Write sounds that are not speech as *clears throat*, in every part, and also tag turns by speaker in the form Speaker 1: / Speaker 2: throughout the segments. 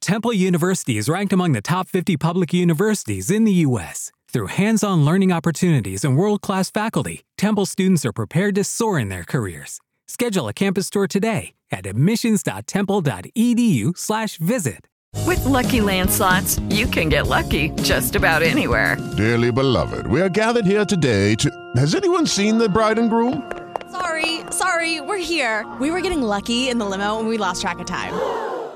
Speaker 1: Temple University is ranked among the top 50 public universities in the U.S. Through hands on learning opportunities and world class faculty, Temple students are prepared to soar in their careers. Schedule a campus tour today at E admissions.temple.edu/slash visit.
Speaker 2: With Lucky Land slots, you can get lucky just about anywhere.
Speaker 3: Dearly beloved, we are gathered here today to. Has anyone seen the bride and groom?
Speaker 4: Sorry, sorry, we're here. We were getting lucky in the limo and we lost track of time.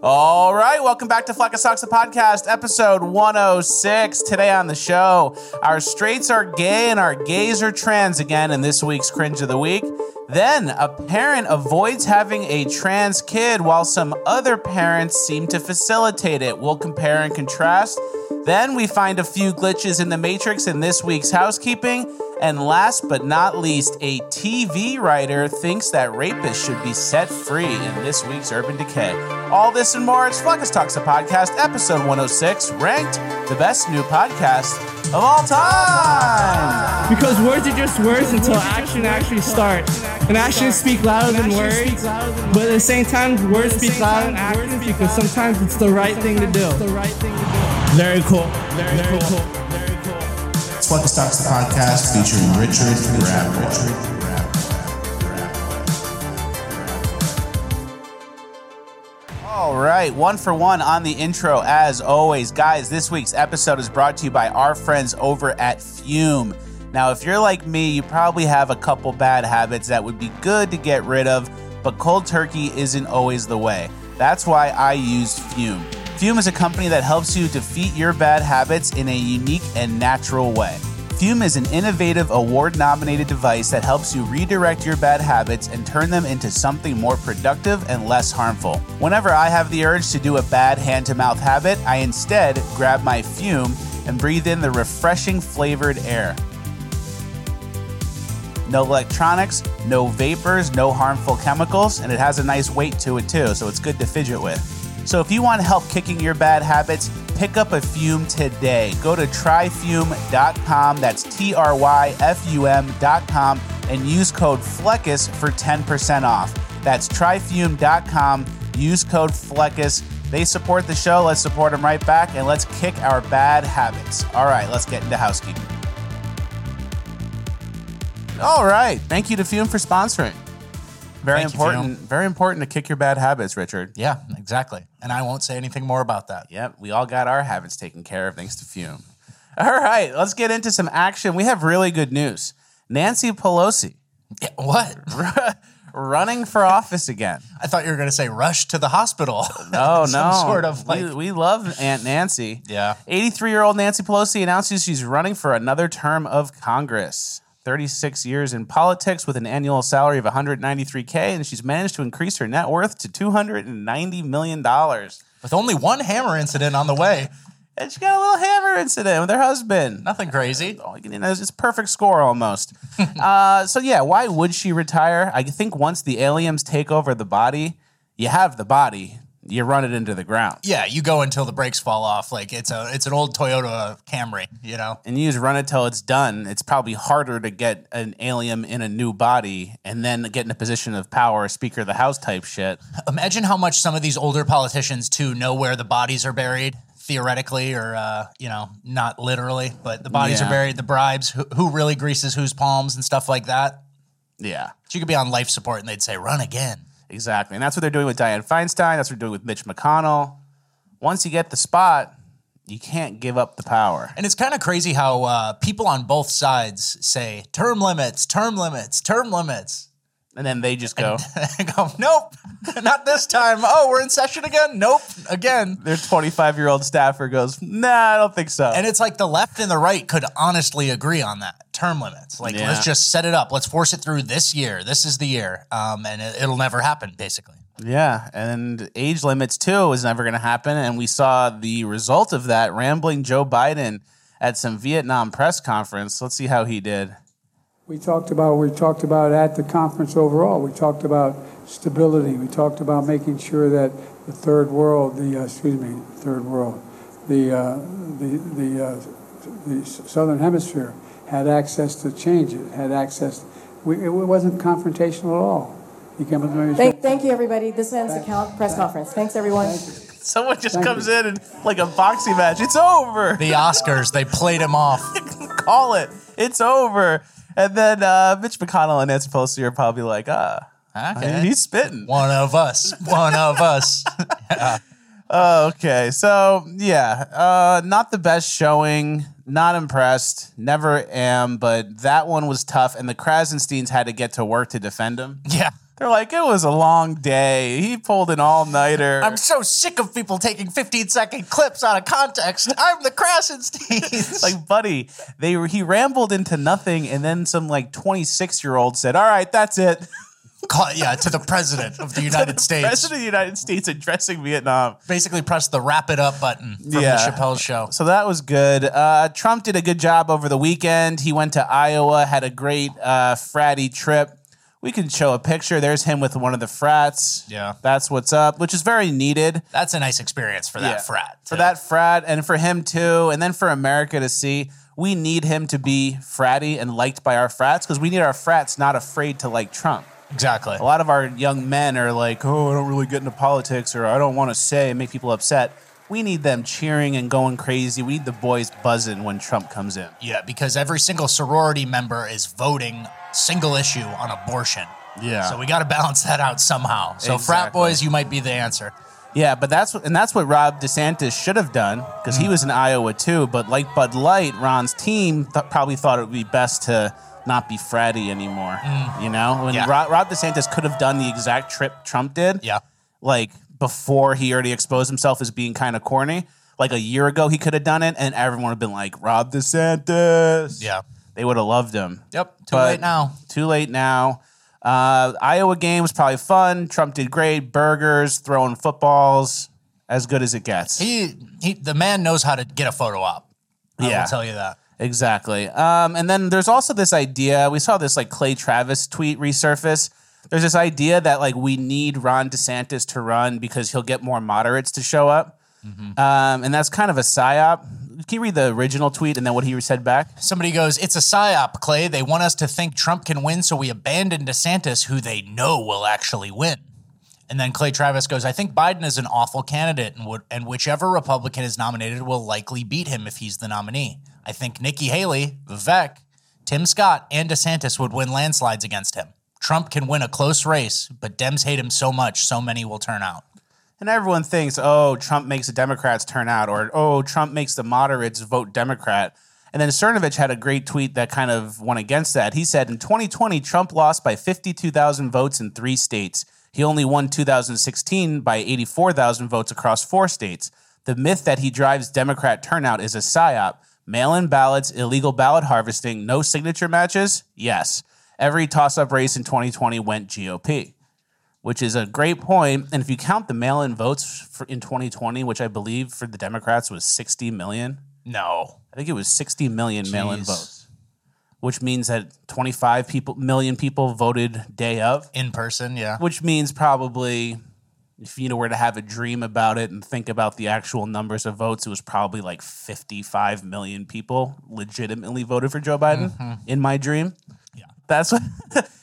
Speaker 5: All right, welcome back to Fleck of Socks, the podcast, episode 106. Today on the show, our straights are gay and our gays are trans again in this week's Cringe of the Week. Then, a parent avoids having a trans kid while some other parents seem to facilitate it. We'll compare and contrast. Then, we find a few glitches in the Matrix in this week's housekeeping. And last but not least, a TV writer thinks that rapists should be set free in this week's Urban Decay. All this and more, it's Fleckus Talks, a podcast, episode 106, ranked the best new podcast of all time.
Speaker 6: Because words are just words until action actually starts. And actions speak louder than words. But at the same time, words speak louder than actions because sometimes it's the right thing to do. Very cool. Very cool.
Speaker 5: It's Fleckus Talks, the podcast featuring Richard Grabwood. All right, one for one on the intro, as always. Guys, this week's episode is brought to you by our friends over at Fume. Now, if you're like me, you probably have a couple bad habits that would be good to get rid of, but cold turkey isn't always the way. That's why I use Fume. Fume is a company that helps you defeat your bad habits in a unique and natural way. Fume is an innovative award nominated device that helps you redirect your bad habits and turn them into something more productive and less harmful. Whenever I have the urge to do a bad hand to mouth habit, I instead grab my fume and breathe in the refreshing flavored air. No electronics, no vapors, no harmful chemicals, and it has a nice weight to it too, so it's good to fidget with. So if you want help kicking your bad habits, pick up a fume today. Go to tryfume.com, that's T R Y F U M.com, and use code FLECUS for 10% off. That's tryfume.com, use code FLECUS. They support the show, let's support them right back, and let's kick our bad habits. All right, let's get into housekeeping. All right. Thank you to Fume for sponsoring. Very
Speaker 7: Thank you,
Speaker 5: important.
Speaker 7: Fume.
Speaker 5: very important to kick your bad habits, Richard.
Speaker 7: Yeah, exactly. And I won't say anything more about that.
Speaker 5: Yep, we all got our habits taken care of thanks to Fume. All right, let's get into some action. We have really good news. Nancy Pelosi *laughs*
Speaker 7: Yeah, what?
Speaker 5: running for office again.
Speaker 7: I thought you were going to say rush to the hospital.
Speaker 5: Oh
Speaker 7: *laughs* Some
Speaker 5: *laughs* no!
Speaker 7: sort of like.
Speaker 5: we, we love Aunt Nancy.
Speaker 7: Yeah.
Speaker 5: eighty-three-year-old Nancy Pelosi announces she's running for another term of Congress. Thirty-six years in politics with an annual salary of one hundred ninety-three k, and she's managed to increase her net worth to two hundred and ninety million dollars.
Speaker 7: with only one hammer incident on the way.
Speaker 5: And she got a little hammer incident with her husband.
Speaker 7: Nothing crazy.
Speaker 5: all you know, it's a perfect score
Speaker 7: *laughs*
Speaker 5: almost. uh, so yeah, why would she retire? I think once the aliens take over the body, you have the body, you run it into the ground,
Speaker 7: Yeah, you go until the brakes fall off. Like it's a it's an old Toyota Camry, you know.
Speaker 5: and you just run it till it's done. It's probably harder to get an alien in a new body and then get in a position of power, Speaker of the House type shit. *laughs*
Speaker 7: Imagine how much some of these older politicians too know where the bodies are buried theoretically or uh, you know, not literally, but the bodies
Speaker 5: Yeah.
Speaker 7: are buried, the bribes, who, who really greases whose palms and stuff like that.
Speaker 5: Yeah.
Speaker 7: She could be on life support and they'd say run again.
Speaker 5: Exactly. And that's what they're doing with Dianne Feinstein. That's what they're doing with Mitch McConnell. Once you get the spot, you can't give up the power.
Speaker 7: And it's kind of crazy how uh, people on both sides say term limits, term limits, term limits. *laughs*
Speaker 5: And then they just go,
Speaker 7: I go, nope, *laughs* not this time. Oh, we're in session again? Nope, again.
Speaker 5: *laughs* their 25 year old staffer goes, nah, I don't think so.
Speaker 7: And it's like the left and the right could honestly agree on that term limits. Like,
Speaker 5: Yeah.
Speaker 7: let's just set it up. Let's force it through this year. This is the year. Um, and it, it'll never happen, basically.
Speaker 5: Yeah, and age limits too is never going to happen. And we saw the result of that rambling Joe Biden at some Vietnam press conference. Let's see how he did.
Speaker 6: We talked about we talked about at the conference overall. We talked about stability. We talked about making sure that the third world, the uh, excuse me, third world, the uh, the the, uh, the southern hemisphere had access to change. It had access. We, it wasn't confrontational at all. He came with me.
Speaker 4: Thank, thank you, everybody. This ends the count press conference. Thanks, everyone.
Speaker 5: Someone just comes in and like a boxing match. It's over. *laughs*
Speaker 7: The Oscars, they played him off.
Speaker 5: Call it. It's over. And then uh, Mitch McConnell and Nancy Pelosi are probably like, ah,
Speaker 7: Okay.
Speaker 5: he's spitting.
Speaker 7: One of us. One of us. *laughs* Yeah.
Speaker 5: Oh, Okay, so yeah, uh, not the best showing. Not impressed. Never am. But that one was tough, and the Krasensteins had to get to work to defend him.
Speaker 7: Yeah.
Speaker 5: They're like, it was a long day. He pulled an all nighter.
Speaker 7: I'm so sick of people taking 15 second clips out of context. I'm the Krasensteins.
Speaker 5: like, buddy, they were, he rambled into nothing, and then some like 26 year old said, "All right, that's it."
Speaker 7: Call- yeah, *laughs* to the president of the United States.
Speaker 5: President of the United States addressing Vietnam.
Speaker 7: Basically, press the wrap it up button from
Speaker 5: Yeah.
Speaker 7: the Chappelle show.
Speaker 5: So that was good. Uh, Trump did a good job over the weekend. He went to Iowa, had a great uh, fratty trip. We can show a picture. There's him with one of the frats.
Speaker 7: Yeah.
Speaker 5: That's what's up, which is very needed.
Speaker 7: That's a nice experience for that
Speaker 5: Yeah.
Speaker 7: frat.
Speaker 5: For
Speaker 7: too.
Speaker 5: that frat and for him too. And then for America to see, we need him to be fratty and liked by our frats because we need our frats not afraid to like Trump.
Speaker 7: Exactly.
Speaker 5: A lot of our young men are like, oh, I don't really get into politics or I don't want to say and make people upset. We need them cheering and going crazy. We need the boys buzzing when Trump comes in.
Speaker 7: Yeah, because every single sorority member is voting single issue on abortion.
Speaker 5: Yeah.
Speaker 7: So we got to balance that out somehow. So frat
Speaker 5: Exactly.
Speaker 7: boys, you might be the answer.
Speaker 5: Yeah, but that's what, and that's what Rob DeSantis should have done because
Speaker 7: Mm.
Speaker 5: he was in Iowa too. But like Bud Light, Ron's team th- probably thought it would be best to not be fratty anymore. You know, when
Speaker 7: Mm. Yeah.
Speaker 5: Rob, Rob DeSantis could have done the exact trip Trump did.
Speaker 7: Yeah.
Speaker 5: like before he already exposed himself as being kind of corny. Like a year ago, he could have done it, and everyone would have been like, Rob DeSantis.
Speaker 7: Yeah.
Speaker 5: They would have loved him.
Speaker 7: Yep. Too
Speaker 5: But
Speaker 7: late now.
Speaker 5: Too late now. Uh, Iowa game was probably fun. Trump did great. Burgers, throwing footballs, as good as it gets.
Speaker 7: He, he, the man knows how to get a photo op. I
Speaker 5: Yeah.
Speaker 7: will tell you that.
Speaker 5: Exactly. Um, and then there's also this idea. We saw this like Clay Travis tweet resurface. There's this idea that like we need Ron DeSantis to run because he'll get more moderates to show up.
Speaker 7: Mm-hmm.
Speaker 5: Um, and that's kind of a psyop. Can you read the original tweet and then what he said back?
Speaker 7: Somebody goes, It's a psyop, Clay. They want us to think Trump can win, so we abandon DeSantis, who they know will actually win. And then Clay Travis goes, I think Biden is an awful candidate, and, would, and whichever Republican is nominated will likely beat him if he's the nominee. I think Nikki Haley, Vivek, Tim Scott, and DeSantis would win landslides against him. Trump can win a close race, but Dems hate him so much, so many will turn out.
Speaker 5: And everyone thinks, oh, Trump makes the Democrats turn out, or oh, Trump makes the moderates vote Democrat. And then Cernovich had a great tweet that kind of went against that. He said, in 2020, Trump lost by 52,000 votes in three states. He only won 2016 by 84,000 votes across four states. The myth that he drives Democrat turnout is a psyop. Mail in ballots, illegal ballot harvesting, no signature matches? Yes. Every toss up race in 2020 went GOP which is a great point. And if you count the mail-in votes for, in 2020, which I believe for the Democrats was 60 million,
Speaker 7: No.
Speaker 5: I think it was 60 million mail-in
Speaker 7: Jeez.
Speaker 5: votes, which means that 25 people million people voted day of,
Speaker 7: In person, yeah.
Speaker 5: which means probably if you were to have a dream about it and think about the actual numbers of votes, it was probably like 55 million people legitimately voted for Joe Biden in my dream. Yeah, that's *laughs* what.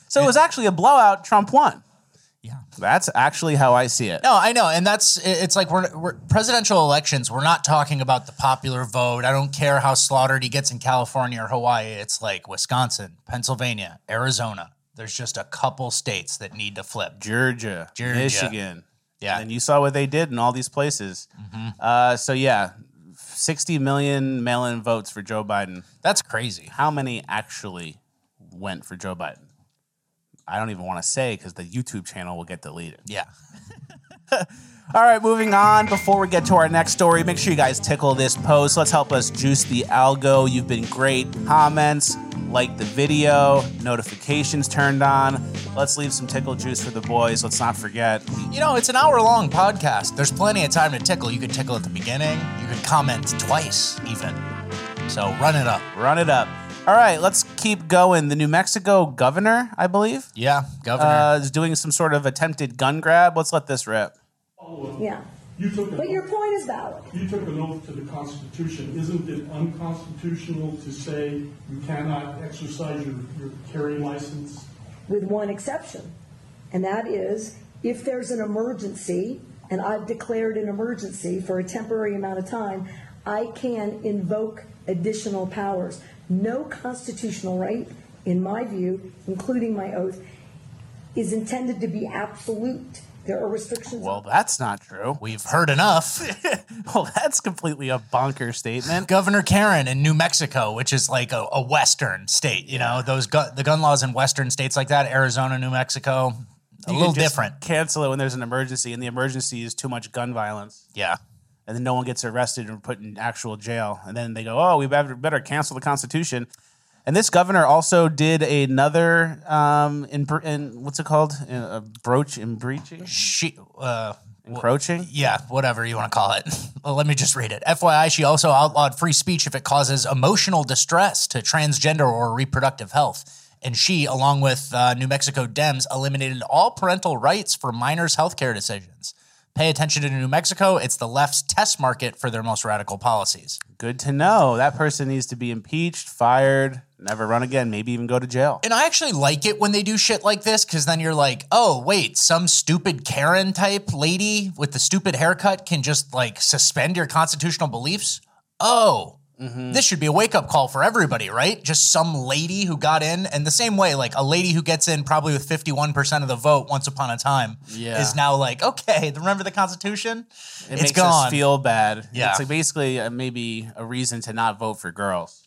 Speaker 5: so it was actually a blowout. Trump won.
Speaker 7: Yeah.
Speaker 5: That's actually how I see it.
Speaker 7: No, I know, and that's it- it's like we're, we're presidential elections. We're not talking about the popular vote. I don't care how slaughtered he gets in California or Hawaii. It's like Wisconsin, Pennsylvania, Arizona. There's just a couple states that need to flip.
Speaker 5: Georgia,
Speaker 7: Georgia.
Speaker 5: Michigan.
Speaker 7: Yeah. Mm-hmm.
Speaker 5: And you saw what they did in all these places. Uh, so, yeah, 60 million mail in votes for Joe Biden.
Speaker 7: That's crazy.
Speaker 5: How many actually went for Joe Biden? I don't even want to say because the YouTube channel will get deleted.
Speaker 7: Yeah.
Speaker 5: All right, moving on. Before we get to our next story, make sure you guys tickle this post. Let's help us juice the algo. You've been great. Comments, like the video, notifications turned on. Let's leave some tickle juice for the boys. Let's not forget.
Speaker 7: You know, it's an hour long podcast. There's plenty of time to tickle. You could tickle at the beginning. You could comment twice even. So run it up.
Speaker 5: Run it up. All right, let's keep going. The New Mexico governor, I believe.
Speaker 7: Yeah, governor.
Speaker 5: Uh, is doing some sort of attempted gun grab. Let's let this rip.
Speaker 4: Yeah.
Speaker 6: You took an
Speaker 4: But your point is valid.
Speaker 6: You took an oath to the Constitution. Isn't it unconstitutional to say you cannot exercise your, your carry license?
Speaker 4: with one exception, and that is if there's an emergency, and I've declared an emergency for a temporary amount of time, I can invoke additional powers. No constitutional right, in my view, including my oath, is intended to be absolute. There are restrictions.
Speaker 5: Well, that's not true.
Speaker 7: We've heard enough.
Speaker 5: *laughs* well, that's completely a bonker statement.
Speaker 7: Governor Karen in New Mexico, which is like a, a Western state, you know, those gun, the gun laws in Western states like that, Arizona, New Mexico,
Speaker 5: *laughs*
Speaker 7: a
Speaker 5: You
Speaker 7: little
Speaker 5: can just
Speaker 7: different.
Speaker 5: Cancel it when there's an emergency, and the emergency is too much gun violence.
Speaker 7: Yeah.
Speaker 5: And then no one gets arrested and put in actual jail. And then they go, oh, we better, better cancel the Constitution. And this governor also did another, um, in, in what's it called? In, uh, broach and breaching?
Speaker 7: She, uh,
Speaker 5: Encroaching?
Speaker 7: Yeah, whatever you want to call it. *laughs* well, let me just read it. FYI, she also outlawed free speech if it causes emotional distress to transgender or reproductive health. And she, along with uh, New Mexico Dems, eliminated all parental rights for minors' healthcare decisions. Pay attention to New Mexico. It's the left's test market for their most radical policies.
Speaker 5: Good to know. That person needs to be impeached, fired, never run again, maybe even go to jail.
Speaker 7: And I actually like it when they do shit like this because then you're like, oh, wait, some stupid Karen type lady with the stupid haircut can just like suspend your constitutional beliefs. Oh,
Speaker 5: Mm-hmm.
Speaker 7: this should be a wake up call for everybody, right? Just some lady who got in. And the same way, like a lady who gets in probably with 51% of the vote once upon a time
Speaker 5: Yeah.
Speaker 7: is now like, okay, remember the Constitution?
Speaker 5: It
Speaker 7: It's
Speaker 5: makes
Speaker 7: gone.
Speaker 5: us feel bad.
Speaker 7: Yeah.
Speaker 5: It's like basically uh, maybe a reason to not vote for girls.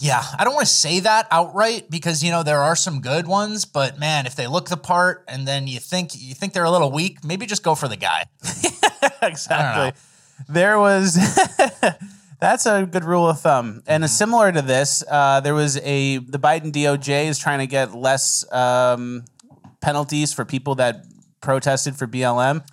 Speaker 7: Yeah, I don't want to say that outright because you know there are some good ones, but man, if they look the part and then you think you think they're a little weak, maybe just go for the guy. *laughs*
Speaker 5: exactly. *laughs* There was *laughs* that's a good rule of thumb. And similar to this, uh, there was a the Biden DOJ is trying to get less um, penalties for people that protested for BLM.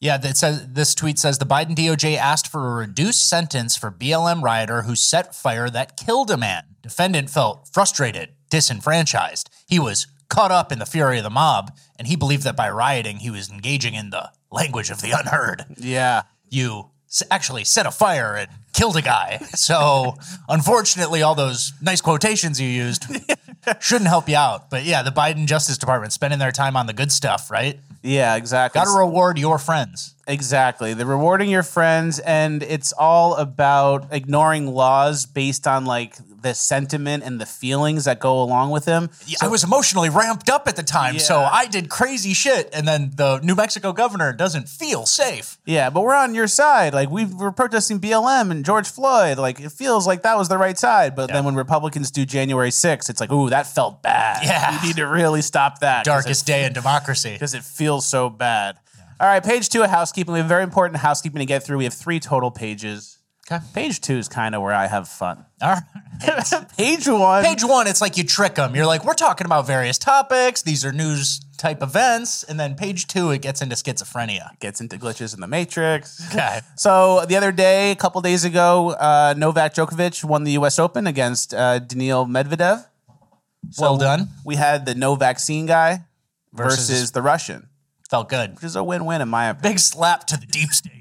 Speaker 7: Yeah, that says this tweet says the Biden DOJ asked for a reduced sentence for BLM rioter who set fire that killed a man. Defendant felt frustrated, disenfranchised. He was caught up in the fury of the mob, and he believed that by rioting he was engaging in the language of the unheard.
Speaker 5: Yeah.
Speaker 7: you s- actually set a fire and killed a guy. So, unfortunately, all those nice quotations
Speaker 5: *laughs*
Speaker 7: you used shouldn't help you out. But yeah, the Biden Justice Department spending their time on the good stuff, right?
Speaker 5: Yeah, exactly.
Speaker 7: Got to reward your friends.
Speaker 5: Exactly. They're rewarding your friends, and it's all about ignoring laws based on like the sentiment and the feelings that go along with them.
Speaker 7: Yeah, I was emotionally ramped up at the time, so
Speaker 5: Yeah.
Speaker 7: I did crazy shit. And then the New Mexico governor doesn't feel safe.
Speaker 5: Yeah, but we're on your side. Like we we're protesting BLM and George Floyd. Like it feels like that was the right side. But then when Republicans do January 6th, it's like, ooh, that felt bad.
Speaker 7: Yeah.
Speaker 5: we need to really stop that.
Speaker 7: Darkest day in democracy.
Speaker 5: because it feels so bad. All right, page two of housekeeping. We have very important housekeeping to get through. We have three total pages.
Speaker 7: Okay.
Speaker 5: Page two is kind of where I have fun.
Speaker 7: All right.
Speaker 5: Page one.
Speaker 7: Page one, it's like you trick them. You're like, we're talking about various topics. These are news type events. And then page two, it gets into schizophrenia.
Speaker 5: gets into glitches in the matrix. *laughs*
Speaker 7: Okay.
Speaker 5: So the other day, a couple days ago, uh, Novak Djokovic won the U.S. Open against uh, Daniil Medvedev. So
Speaker 7: well done.
Speaker 5: We had the no vaccine guy versus,
Speaker 7: Versus-
Speaker 5: the Russian,
Speaker 7: Felt good.
Speaker 5: which is a win-win in my opinion.
Speaker 7: Big slap to the deep state.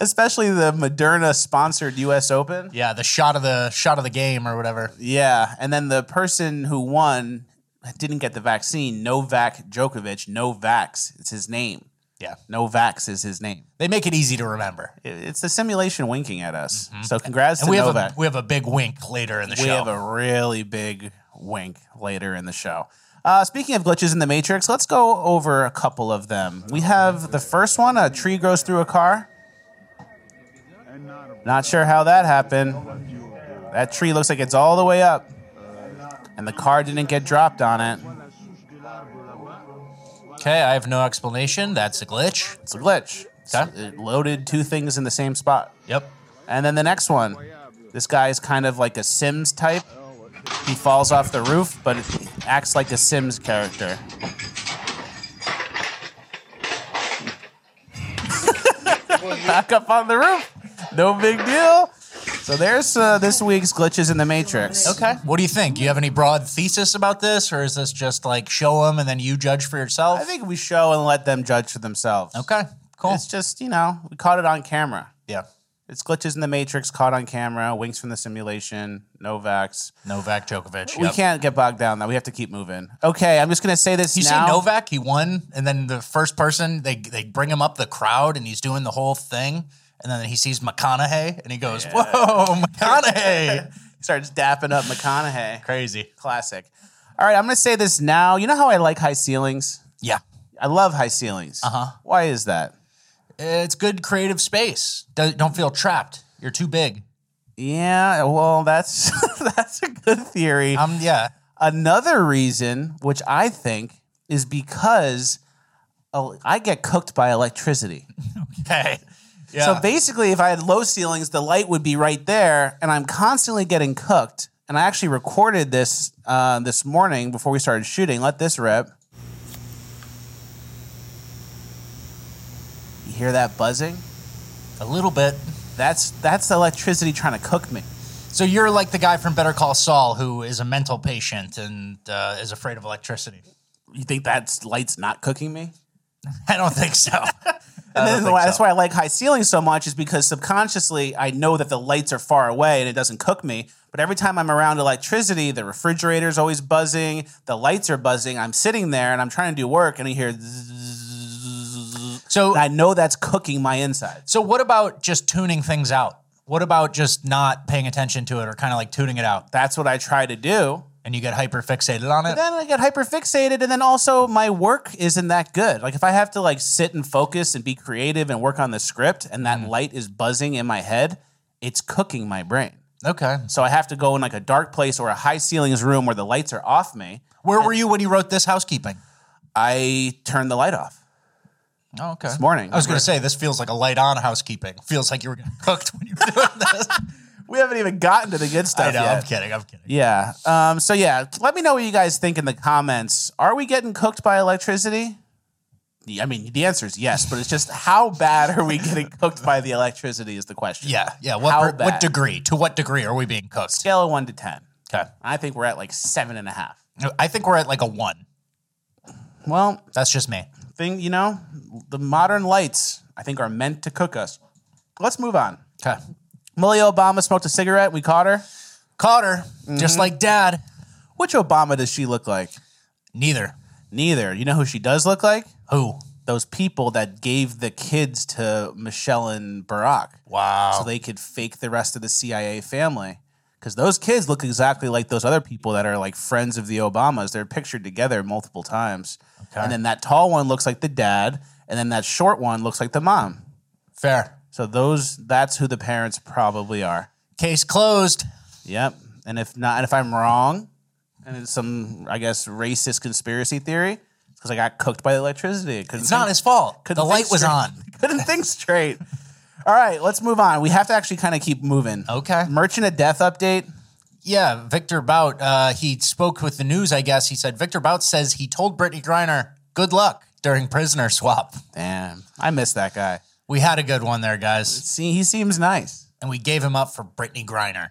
Speaker 5: Especially the Moderna-sponsored U.S. Open.
Speaker 7: yeah, the shot of the shot of the game or whatever.
Speaker 5: Yeah, and then the person who won didn't get the vaccine. Novak Djokovic, Novaks, it's his name.
Speaker 7: Yeah.
Speaker 5: Novaks is his name.
Speaker 7: They make it easy to remember.
Speaker 5: It- It's the simulation winking at us. So congrats
Speaker 7: Mm-hmm. And
Speaker 5: to
Speaker 7: we have
Speaker 5: Novak.
Speaker 7: a we have a big wink later in the
Speaker 5: we
Speaker 7: show.
Speaker 5: have a really big wink later in the show. Uh, speaking of glitches in the Matrix, let's go over a couple of them. We have the first one: a tree grows through a car. Not sure how that happened. That tree looks like it's all the way up, and the car didn't get dropped on it.
Speaker 7: okay, I have no explanation. That's a glitch.
Speaker 5: It's a glitch. It's-
Speaker 7: Okay.
Speaker 5: It loaded two things in the same spot.
Speaker 7: Yep.
Speaker 5: And then the next one, this guy is kind of like a Sims type. He falls off the roof, but acts like a Sims character. *laughs* Back up on the roof. No big deal. So there's uh, this week's glitches in the matrix.
Speaker 7: Okay. What do you think? Do you have any broad thesis about this, or is this just like show them and then you judge for yourself?
Speaker 5: I think we show and let them judge for themselves.
Speaker 7: Okay. Cool.
Speaker 5: It's just you know we caught it on camera.
Speaker 7: Yeah.
Speaker 5: It's glitches in the matrix caught on camera. Winks from the simulation. Novaks.
Speaker 7: Novak Djokovic.
Speaker 5: We
Speaker 7: yep.
Speaker 5: can't get bogged down. That we have to keep moving. Okay, I'm just gonna say this.
Speaker 7: You
Speaker 5: now.
Speaker 7: see Novak, he won, and then the first person they they bring him up the crowd, and he's doing the whole thing, and then he sees McConaughey, and he goes, "Whoa, McConaughey!" *laughs*
Speaker 5: starts dapping up McConaughey.
Speaker 7: Crazy.
Speaker 5: Classic. All right, I'm gonna say this now. You know how I like high ceilings?
Speaker 7: Yeah.
Speaker 5: I love high ceilings.
Speaker 7: Uh huh.
Speaker 5: Why is that?
Speaker 7: It's good creative space. Do- Don't feel trapped. You're too big.
Speaker 5: Yeah, well, that's *laughs* that's a good theory.
Speaker 7: Um.
Speaker 5: *laughs*
Speaker 7: Yeah.
Speaker 5: Another reason, which I think, is because el- I get cooked by electricity.
Speaker 7: Okay.
Speaker 5: So basically, if I had low ceilings, the light would be right there, and I'm constantly getting cooked. And I actually recorded this uh, this morning before we started shooting. Let this rip. You hear that buzzing?
Speaker 7: a little bit.
Speaker 5: That's that's the electricity trying to cook me.
Speaker 7: So you're like the guy from Better Call Saul who is a mental patient and uh, is afraid of electricity. *laughs*
Speaker 5: You think that light's not cooking me?
Speaker 7: I don't
Speaker 5: *laughs*
Speaker 7: think so.
Speaker 5: And then that's why I like high ceilings so much is because subconsciously I know that the lights are far away and it doesn't cook me. But every time I'm around electricity, the refrigerator's always buzzing, the lights are buzzing. I'm sitting there and I'm trying to do work and I hear zzzz.
Speaker 7: So-
Speaker 5: And I know that's cooking my insides.
Speaker 7: So what about just tuning things out? What about just not paying attention to it or kind of like tuning it out?
Speaker 5: That's what I try to do.
Speaker 7: And you get hyper fixated on
Speaker 5: But
Speaker 7: it.
Speaker 5: then I get hyperfixated, and then also my work isn't that good. Like if I have to like sit and focus and be creative and work on the script, and that light is buzzing in my head, it's cooking my brain.
Speaker 7: Okay.
Speaker 5: So I have to go in like a dark place or a high ceilings room where the lights are off me.
Speaker 7: Where were you when you wrote this housekeeping?
Speaker 5: I turn the light off.
Speaker 7: Oh, okay. This
Speaker 5: morning.
Speaker 7: I was going to say this feels like a light on housekeeping. Feels like you were getting *laughs* cooked when you were doing this.
Speaker 5: We haven't even gotten to the good stuff
Speaker 7: *laughs* I know.
Speaker 5: yet.
Speaker 7: I'm kidding. I'm kidding.
Speaker 5: Yeah. Um, so yeah, let me know what you guys think in the comments. Are we getting cooked by electricity? Yeah, I mean, the answer is yes, but it's just how bad are we getting *laughs* cooked by the electricity is the question.
Speaker 7: Yeah. Yeah. What,
Speaker 5: How
Speaker 7: per-
Speaker 5: bad?
Speaker 7: what degree? To what degree are we being cooked?
Speaker 5: Scale of one to ten.
Speaker 7: Okay.
Speaker 5: I think we're at like seven and a half.
Speaker 7: I think we're at like a one.
Speaker 5: Well,
Speaker 7: That's just me.
Speaker 5: thing you know, the modern lights I think are meant to cook us. Let's move on.
Speaker 7: Okay.
Speaker 5: Malia Obama smoked a cigarette. We caught her.
Speaker 7: Caught her,
Speaker 5: Mm-hmm.
Speaker 7: just like dad.
Speaker 5: Which Obama does she look like?
Speaker 7: Neither.
Speaker 5: Neither. You know who she does look like?
Speaker 7: Who?
Speaker 5: Those people that gave the kids to Michelle and Barack
Speaker 7: Wow.
Speaker 5: so they could fake the rest of the CIA family. Because those kids look exactly like those other people that are like friends of the Obamas. They're pictured together multiple times. And then that tall one looks like the dad, and then that short one looks like the mom.
Speaker 7: Fair.
Speaker 5: So those that's who the parents probably are.
Speaker 7: Case closed.
Speaker 5: Yep. And if not, and if I'm wrong, and it's some, I guess, racist conspiracy theory, it's because I got cooked by the electricity. Couldn't *laughs*
Speaker 7: It's not his fault. The light was on.
Speaker 5: Couldn't think straight. All right, let's move on. We have to actually kind of keep moving.
Speaker 7: Okay.
Speaker 5: Merchant of Death update.
Speaker 7: Yeah, Victor Bout. Uh, he spoke with the news. I guess he said Victor Bout says he told Brittany Griner good luck during prisoner swap.
Speaker 5: Damn, I miss that guy.
Speaker 7: We had a good one there, guys,
Speaker 5: See, he seems nice.
Speaker 7: and we gave him up for Brittany Griner.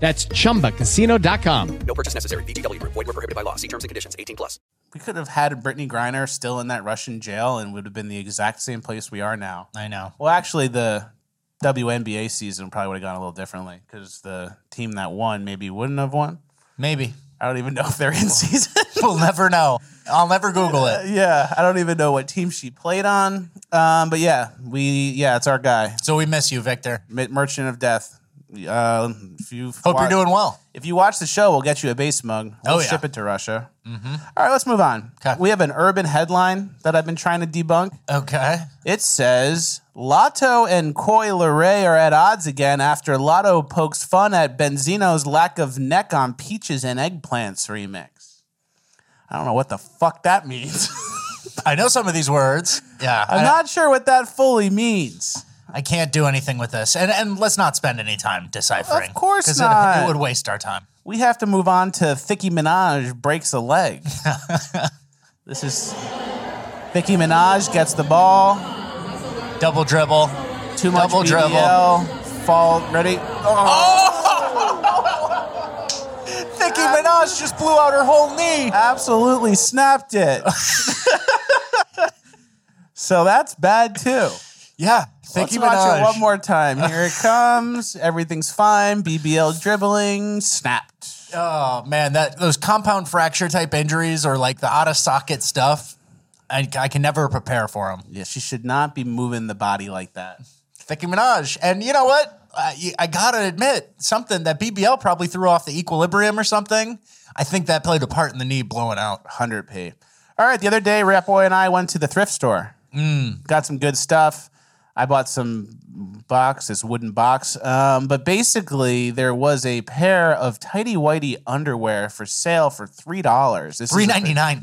Speaker 8: That's chumbacasino.com.
Speaker 9: No purchase necessary. VGW Group. Void were prohibited by law. See terms and conditions. 18 plus.
Speaker 5: We could have had Brittany Griner still in that Russian jail and would have been the exact same place we are now.
Speaker 7: I know.
Speaker 5: Well, actually, the WNBA season probably would have gone a little differently because the team that won maybe wouldn't have won.
Speaker 7: Maybe. *laughs*
Speaker 5: I I don't even *laughs* know if they're in season.
Speaker 7: we'll never know. I'll never Google
Speaker 8: *laughs*
Speaker 7: it.
Speaker 5: yeah, I don't even know what team she played on. Um, but yeah, we yeah, it's our guy.
Speaker 7: So we miss you, Victor,
Speaker 5: Merchant of Death. Uh, if you
Speaker 7: Hope you're doing well.
Speaker 5: If you watch the show, we'll get you a base mug. We'll
Speaker 7: Oh, yeah.
Speaker 5: ship it to Russia.
Speaker 7: Mm-hmm.
Speaker 5: All right, let's move on. We have an urban headline that I've been trying to debunk.
Speaker 7: Okay.
Speaker 5: It says Lotto and Coy Leray are at odds again after Lotto pokes fun at Benzino's lack of neck on Peaches and Eggplants remix. I don't know what the fuck that means. *laughs*
Speaker 7: I know some of these words. Yeah.
Speaker 5: I'm not sure what that fully means.
Speaker 7: I can't do anything with this. And and let's not spend any time deciphering.
Speaker 5: Of course
Speaker 7: 'Cause It,
Speaker 5: not.
Speaker 7: it would waste our time.
Speaker 5: We have to move on to Thicky Minaj breaks a leg. this is Thicky Minaj gets the ball.
Speaker 7: Double dribble.
Speaker 5: Too much
Speaker 7: Double dribble. Oh!
Speaker 5: BBL. Fall ready.
Speaker 7: *laughs* Nicki Minaj just blew out her whole knee.
Speaker 5: Absolutely snapped
Speaker 7: *laughs*
Speaker 5: it. so that's bad too.
Speaker 7: Yeah.
Speaker 5: Let's
Speaker 7: Nicki
Speaker 5: watch
Speaker 7: Minaj.
Speaker 5: it one more time. Here it comes. Everything's fine. BBL dribbling snapped.
Speaker 7: Oh man, that those compound fracture type injuries or like the out of socket stuff, I, I can never prepare for them.
Speaker 5: Yeah, she should not be moving the body like that.
Speaker 7: Nicki Minaj, and you know what? I, you- I gotta admit something that BBL probably threw off the equilibrium or something. I think that played a part in the knee blowing out.
Speaker 5: 100p. All right, the other day, Rat Boy and I went to the thrift store. Got some good stuff. I bought some box, this wooden box. Um, but basically, there was a pair of tidy whitey underwear for sale for three dollars.
Speaker 7: Three ninety nine.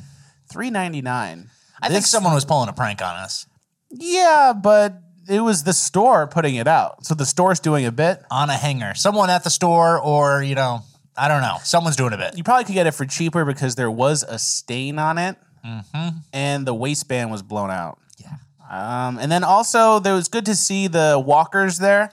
Speaker 5: Three ninety nine.
Speaker 7: I think someone was pulling a prank on us.
Speaker 5: Yeah, but it was the store putting it out, so the store's doing a bit.
Speaker 7: on a hanger. Someone at the store, or you know, I don't know. Someone's doing a bit.
Speaker 5: You probably could get it for cheaper because there was a stain on it.
Speaker 7: Mm-hmm.
Speaker 5: and the waistband was blown out. Yeah. Um, and then also, there was good to see the walkers there.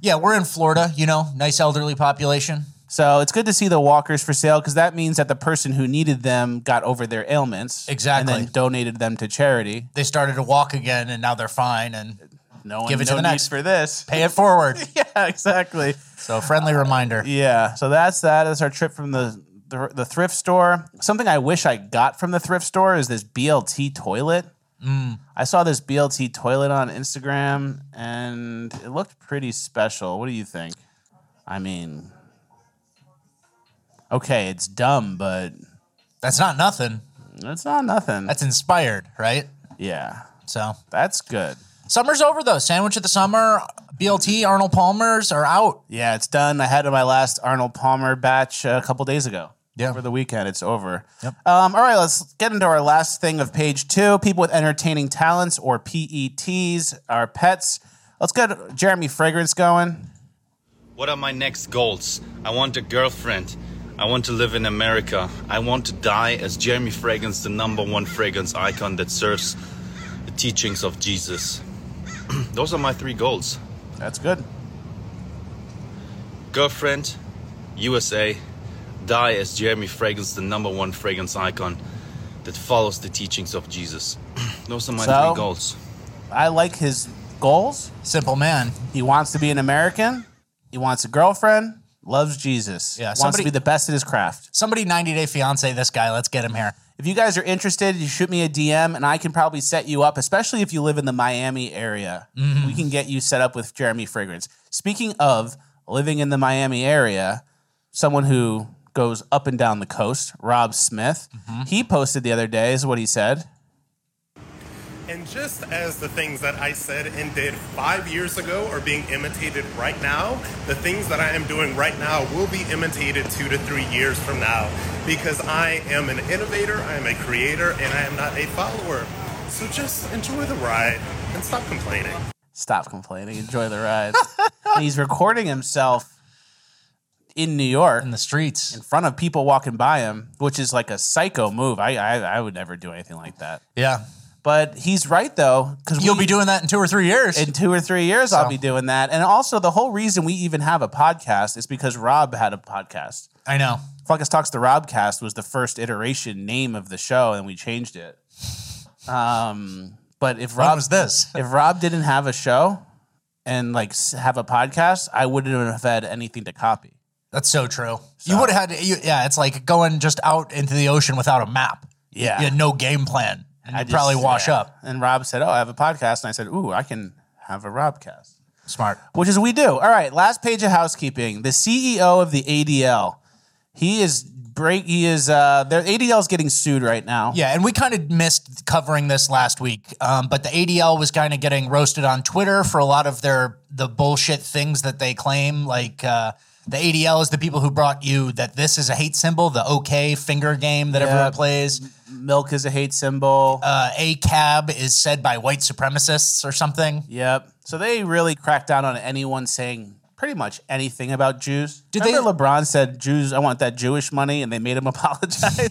Speaker 7: Yeah, we're in Florida, you know, nice elderly population.
Speaker 5: So it's good to see the walkers for sale because that means that the person who needed them got over their ailments.
Speaker 7: Exactly.
Speaker 5: And then donated them to charity.
Speaker 7: They started to walk again, and now they're fine. And
Speaker 5: no one,
Speaker 7: give it
Speaker 5: no
Speaker 7: to the
Speaker 5: need
Speaker 7: next.
Speaker 5: for this. *laughs*
Speaker 7: Pay it forward.
Speaker 5: yeah, exactly.
Speaker 7: So friendly reminder.
Speaker 5: Yeah. So that's that. That's our trip from the, the, the thrift store. Something I wish I got from the thrift store is this BLT toilet.
Speaker 7: Mm.
Speaker 5: I saw this BLT toilet on Instagram and it looked pretty special. What do you think? I mean, okay, it's dumb, but
Speaker 7: That's not nothing.
Speaker 5: That's not nothing.
Speaker 7: That's inspired, right?
Speaker 5: Yeah.
Speaker 7: So
Speaker 5: that's good.
Speaker 7: Summer's over though. Sandwich of the summer, BLT, Arnold Palmer's are out.
Speaker 5: yeah, it's done. I had my last Arnold Palmer batch uh, a couple days ago.
Speaker 7: Yeah.
Speaker 5: Over the weekend, it's over.
Speaker 7: Yep.
Speaker 5: Um, all right, let's get into our last thing of page two people with entertaining talents or PETs, our pets. Let's get Jeremy Fragrance going.
Speaker 10: What are my next goals? I want a girlfriend. I want to live in America. I want to die as Jeremy Fragrance, the number one fragrance icon that serves the teachings of Jesus. *clears throat* Those are my three goals
Speaker 5: That's good.
Speaker 10: girlfriend, USA, die as Jeremy Fragrance, the number one fragrance icon that follows the teachings of Jesus. Those are my
Speaker 5: So?
Speaker 10: three goals.
Speaker 5: I like his goals.
Speaker 7: Simple man.
Speaker 5: He wants to be an American. He wants a girlfriend. Loves Jesus.
Speaker 7: Yeah,
Speaker 5: wants
Speaker 7: somebody-
Speaker 5: to be the best at his craft.
Speaker 7: Somebody 90 Day Fiance, this guy, let's get him here.
Speaker 5: If you guys are interested, you shoot me a DM, and I can probably set you up. Especially if you live in the Miami area,
Speaker 7: Mhm.
Speaker 5: we can get you set up with Jeremy Fragrance. Speaking of living in the Miami area, someone who goes up and down the coast, Rob Smith,
Speaker 7: Mm-hmm.
Speaker 5: he posted the other day. Is what he said.
Speaker 2: And just as the things that I said and did five years ago are being imitated right now, the things that I am doing right now will be imitated two to three years from now because I am an innovator, I am a creator, and I am not a follower. So just enjoy the ride and stop complaining.
Speaker 5: Stop complaining. Enjoy the
Speaker 7: *laughs*
Speaker 5: ride. And he's recording himself in New York, in
Speaker 7: the streets,
Speaker 5: in front of people walking by him, which is like a psycho move. I I, I would never do anything like that.
Speaker 7: Yeah.
Speaker 5: But he's right though, because
Speaker 7: You'll be doing that in two or three years.
Speaker 5: In two or three years,
Speaker 7: So.
Speaker 5: I'll be doing that. And also, the whole reason we even have a podcast is because Rob had a podcast.
Speaker 7: I know.
Speaker 5: Funkus Talks the Robcast was the first iteration name of the show, and we changed it. Um, but if
Speaker 7: When
Speaker 5: Rob
Speaker 7: was this?
Speaker 5: if Rob didn't have a show and like s- have a podcast, I wouldn't have had anything to copy.
Speaker 7: That's so true. You would have had, you, yeah, it's like going just out into the ocean without a map.
Speaker 5: Yeah.
Speaker 7: You had no game plan. And
Speaker 5: I
Speaker 7: you'd probably
Speaker 5: just-
Speaker 7: wash
Speaker 5: yeah.
Speaker 7: up.
Speaker 5: And Rob said, "Oh, I have a podcast," and I said, "Ooh, I can have a Robcast."
Speaker 7: Smart.
Speaker 5: which is what we do. All right, last page of housekeeping. The CEO of the ADL, he is break. He is uh, their ADL is getting sued right now.
Speaker 7: Yeah, and we kind of missed covering this last week, um, but the ADL was kind of getting roasted on Twitter for a lot of their the bullshit things that they claim. Like uh, the ADL is the people who brought you that this is a hate symbol, the OK finger game that
Speaker 5: Yeah.
Speaker 7: everyone plays.
Speaker 5: Milk is a hate symbol.
Speaker 7: Uh, a cab is said by white supremacists or something.
Speaker 5: Yep. So they really cracked down on anyone saying pretty much anything about Jews. Did Remember they? LeBron said Jews. I want that Jewish money, and they made him *laughs* apologize.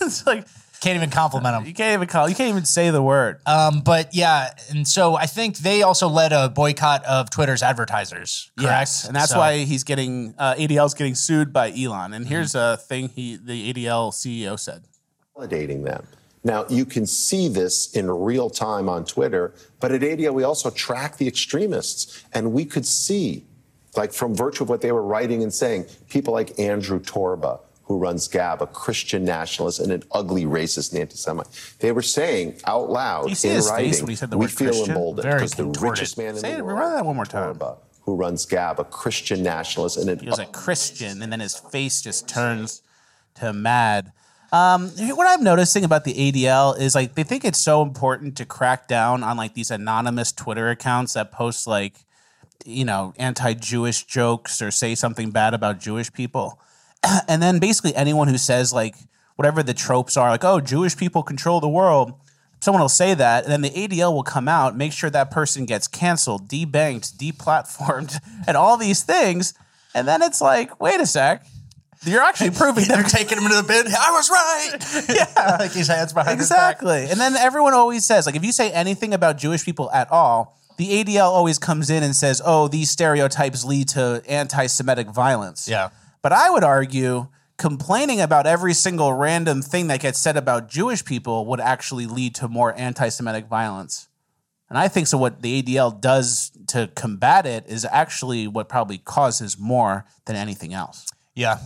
Speaker 5: it's like
Speaker 7: can't even compliment them.
Speaker 5: You can't even call. You can't even say the word.
Speaker 7: Um, but yeah, and so I think they also led a boycott of Twitter's advertisers. Correct,
Speaker 5: Yes, and that's
Speaker 7: So- Mm-hmm.
Speaker 5: why he's getting uh, ADL's getting sued by Elon. And here's a thing he the ADL CEO E said.
Speaker 10: validating them. Now, you can see this in real time on Twitter, but at ADL, we also track the extremists, and we could see, like, from virtue of what they were writing and saying, people like Andrew Torba, who runs Gab, a Christian nationalist and an ugly racist and anti Semite, they were saying out loud
Speaker 5: You see
Speaker 10: in
Speaker 5: his face
Speaker 10: writing,
Speaker 5: when he said the
Speaker 10: we
Speaker 5: word
Speaker 10: feel
Speaker 5: Christian?
Speaker 10: emboldened
Speaker 5: Very
Speaker 10: because the
Speaker 5: contorted.
Speaker 10: richest man in
Speaker 5: Say
Speaker 10: the
Speaker 5: it-
Speaker 10: world,
Speaker 5: run that one more time.
Speaker 10: Torba, who runs Gab, a Christian nationalist and an
Speaker 5: He was a
Speaker 7: *laughs*
Speaker 5: Christian, and then his face just turns to mad. Um, what I'm noticing about the ADL is like they think it's so important to crack down on like these anonymous Twitter accounts that post like you know anti-Jewish jokes or say something bad about Jewish people, *clears throat* and then basically anyone who says like whatever the tropes are, like oh Jewish people control the world. Someone will say that, and then the ADL will come out, make sure that person gets canceled, debanked, deplatformed, *laughs* and all these things. And then it's like, wait a sec, you're actually proving
Speaker 7: they're taking him into the bin. I was right. *laughs*
Speaker 5: yeah,
Speaker 7: like his hands *laughs* behind his back.
Speaker 5: exactly. And then everyone always says, like, if you say anything about Jewish people at all, the ADL always comes in and says, oh, these stereotypes lead to anti Semitic violence.
Speaker 7: Yeah.
Speaker 5: But I would argue complaining about every single random thing that gets said about Jewish people would actually lead to more anti Semitic violence. And I think so. What the ADL does to combat it is actually what probably causes more than anything else.
Speaker 7: Yeah.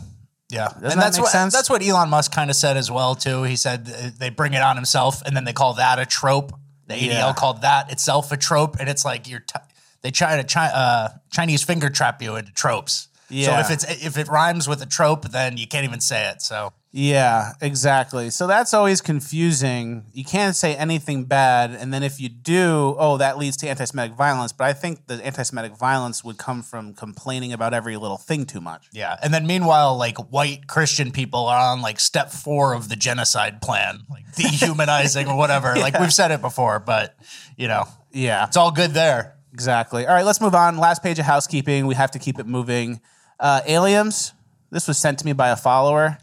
Speaker 7: Yeah.
Speaker 5: that
Speaker 7: and that's
Speaker 5: make
Speaker 7: what
Speaker 5: sense?
Speaker 7: that's what Elon Musk kind of said as well too. He said uh, they bring it on himself and then they call that a trope. The ADL
Speaker 5: Yeah.
Speaker 7: called that itself a trope and it's like you're t- they try to chi- uh, Chinese finger trap you into tropes. So
Speaker 5: Yeah.
Speaker 7: if it's if it rhymes with a trope then you can't even say it. So
Speaker 5: Yeah, exactly. So that's always confusing. You can't say anything bad, and then if you do, oh, that leads to anti-Semitic violence. But I think the anti-Semitic violence would come from complaining about every little thing too much.
Speaker 7: yeah. And then meanwhile like white Christian people are on like step 4 of the genocide plan, like dehumanizing or whatever.
Speaker 5: *laughs*
Speaker 7: Like
Speaker 5: Yeah.
Speaker 7: we've said it before, but you know.
Speaker 5: Yeah,
Speaker 7: It's all good there.
Speaker 5: exactly. All right, let's move on. Last page of housekeeping. We have to keep it moving. Uh, aliens. This was sent to me by a follower.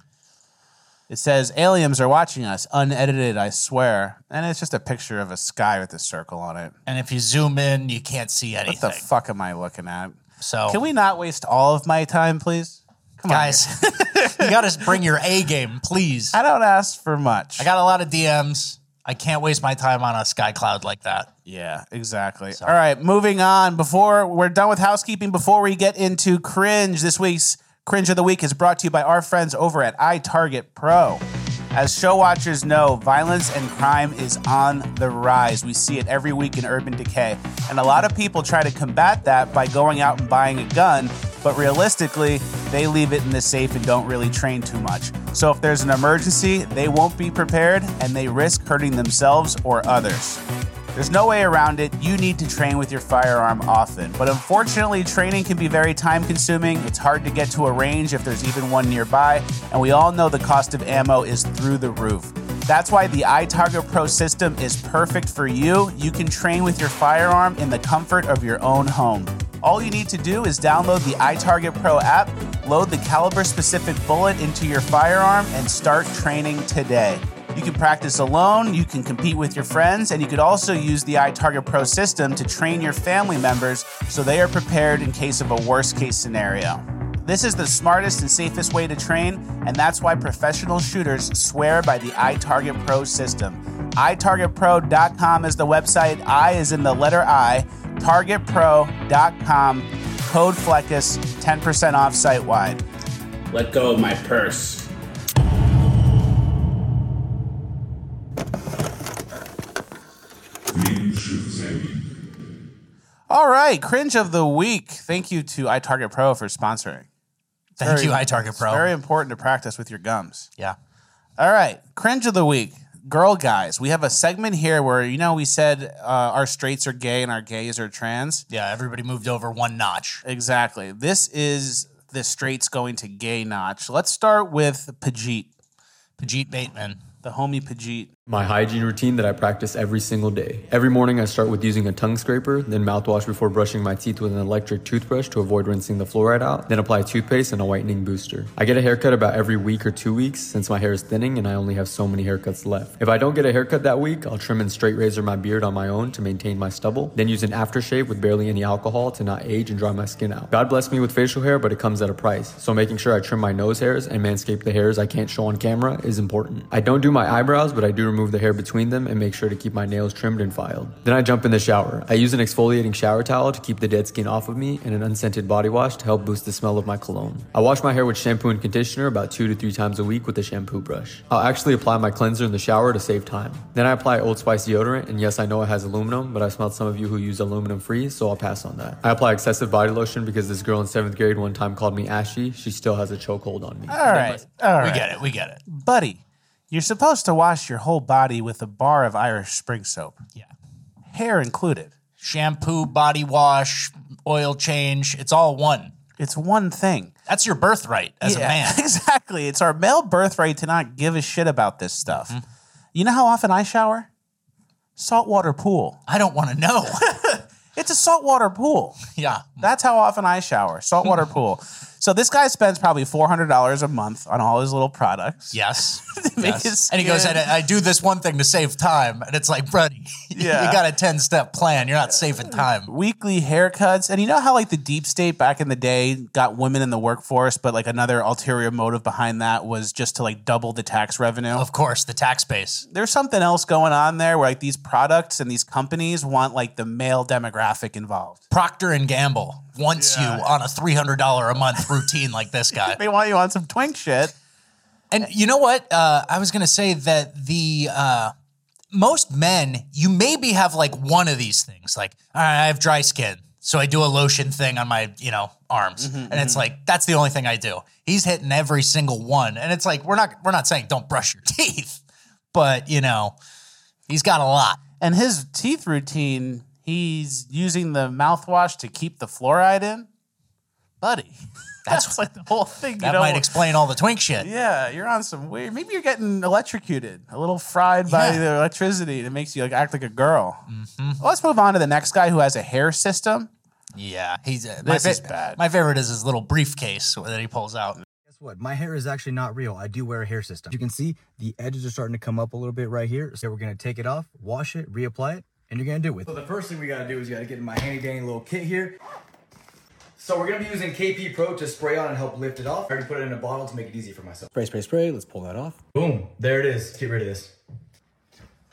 Speaker 5: It says aliens are watching us, unedited. I swear, and it's just a picture of a sky with a circle on it.
Speaker 7: And if you zoom in, you can't see anything.
Speaker 5: What the fuck am I looking at?
Speaker 7: So
Speaker 5: Can we not waste all of my time, please? Come
Speaker 7: guys,
Speaker 5: on.
Speaker 7: *laughs* you got to bring your A game, please.
Speaker 5: I don't ask for much.
Speaker 7: I got a lot of DMs. I can't waste my time on a sky cloud like that.
Speaker 5: Yeah, exactly. All right, moving on. Before we're done with housekeeping, before we get into cringe, this week's cringe of the week is brought to you by our friends over at iTarget Pro. As show watchers know, violence and crime is on the rise. We see it every week in urban decay. And a lot of people try to combat that by going out and buying a gun, but realistically, they leave it in the safe and don't really train too much. So if there's an emergency, they won't be prepared and they risk hurting themselves or others. There's no way around it. You need to train with your firearm often. But unfortunately, training can be very time consuming. It's hard to get to a range if there's even one nearby. And we all know the cost of ammo is through the roof. That's why the iTarget Pro system is perfect for you. You can train with your firearm in the comfort of your own home. All you need to do is download the iTarget Pro app, load the caliber specific bullet into your firearm, and start training today. You can practice alone, you can compete with your friends, and you could also use the iTarget Pro system to train your family members so they are prepared in case of a worst case scenario. This is the smartest and safest way to train, and that's why professional shooters swear by the iTarget Pro system. iTargetPro.com is the website. I is in the letter I. TargetPro.com. Code Fleckus, 10% off site wide.
Speaker 11: Let go of my purse.
Speaker 5: All right, cringe of the week. Thank you to iTarget Pro for sponsoring.
Speaker 12: Thank you, iTarget
Speaker 5: it's
Speaker 12: Pro.
Speaker 5: very important to practice with your gums.
Speaker 12: Yeah.
Speaker 5: All right, cringe of the week. Girl guys, we have a segment here where, you know, we said uh, our straights are gay and our gays are trans.
Speaker 12: Yeah, everybody moved over one notch.
Speaker 5: Exactly. This is the straights going to gay notch. Let's start with Pajit.
Speaker 12: Pajit Bateman.
Speaker 5: The homie Pajit.
Speaker 7: My hygiene routine that I practice every single day. Every morning, I start with using a tongue scraper, then mouthwash before brushing my teeth with an electric toothbrush to avoid rinsing the fluoride out, then apply toothpaste and a whitening booster. I get a haircut about every week or two weeks since my hair is thinning and I only have so many haircuts left. If I don't get a haircut that week, I'll trim and straight razor my beard on my own to maintain my stubble, then use an aftershave with barely any alcohol to not age and dry my skin out. God bless me with facial hair, but it comes at a price, so making sure I trim my nose hairs and manscape the hairs I can't show on camera is important. I don't do my eyebrows, but I do remove the hair between them and make sure to keep my nails trimmed and filed. Then I jump in the shower. I use an exfoliating shower towel to keep the dead skin off of me and an unscented body wash to help boost the smell of my cologne. I wash my hair with shampoo and conditioner about two to three times a week with a shampoo brush. I'll actually apply my cleanser in the shower to save time. Then I apply Old Spice deodorant, and yes, I know it has aluminum, but I've smelled some of you who use aluminum free, so I'll pass on that. I apply excessive body lotion because this girl in seventh grade one time called me ashy. She still has a chokehold on me.
Speaker 5: All right. All right.
Speaker 12: We get it. We get it.
Speaker 5: Buddy, you're supposed to wash your whole body with a bar of Irish spring soap.
Speaker 12: Yeah.
Speaker 5: Hair included.
Speaker 12: Shampoo, body wash, oil change. It's all one.
Speaker 5: It's one thing.
Speaker 12: That's your birthright as a
Speaker 5: Yeah,
Speaker 12: man.
Speaker 5: *laughs* Exactly. It's our male birthright to not give a shit about this stuff.
Speaker 12: Mm-hmm.
Speaker 5: You know how often I shower? Saltwater pool.
Speaker 12: I don't want to know.
Speaker 5: *laughs* It's a saltwater pool.
Speaker 12: *laughs* yeah.
Speaker 5: That's how often I
Speaker 12: *laughs*
Speaker 5: shower. Saltwater pool. So this guy spends probably four hundred dollars a month on all his little products. *laughs*
Speaker 12: Yes.
Speaker 5: make
Speaker 12: Yes.
Speaker 5: his
Speaker 12: And he goes,
Speaker 5: skin-
Speaker 12: I, I do this one thing to save time. And it's like, buddy, *laughs*
Speaker 5: Yeah.
Speaker 12: you got a 10 step plan. You're not saving time.
Speaker 5: Weekly haircuts, and you know how like the deep state back in the day got women in the workforce, but like another ulterior motive behind that was just to like double the tax revenue.
Speaker 12: Of course, the tax base.
Speaker 5: there's something else going on there where like these products and these companies want like the male demographic involved.
Speaker 12: Procter and Gamble wants you on a $300 a month routine like this guy.
Speaker 5: *laughs* They want you on some twink shit.
Speaker 12: And you know what? Uh, I was going to say that the uh, most men, you maybe have like one of these things. Like, all right, I have dry skin, so I do a lotion thing on my, you know, arms,
Speaker 5: Mm-hmm,
Speaker 12: and it's like that's the only thing I do. He's hitting every single one, and it's like we're not we're not saying don't brush your *laughs* teeth, but you know, he's got a lot.
Speaker 5: And his teeth routine, he's using the mouthwash to keep the fluoride in. Buddy, *laughs* that's, like the whole thing. you
Speaker 12: That
Speaker 5: know?
Speaker 12: might explain all the twink shit.
Speaker 5: Yeah, you're on some weird. Maybe you're getting electrocuted, a little fried by
Speaker 12: Yeah.
Speaker 5: the electricity that makes you like act like a girl. Well, let's move on to the next guy who has a hair system.
Speaker 12: Yeah, he's uh,
Speaker 5: This
Speaker 12: my
Speaker 5: is bad.
Speaker 12: My favorite is his little briefcase that he pulls out.
Speaker 10: Guess what? My hair is actually not real. I do wear a hair system. You can see the edges are starting to come up a little bit right here. So we're gonna take it off, wash it, reapply it, and you're gonna do it. So the first thing we gotta do is you gotta get in my handy dandy little kit here. So we're gonna be using KP Pro to spray on and help lift it off. I already put it in a bottle to make it easy for myself. Spray, spray, spray. Let's pull that off. Boom. There it is. Get rid of this.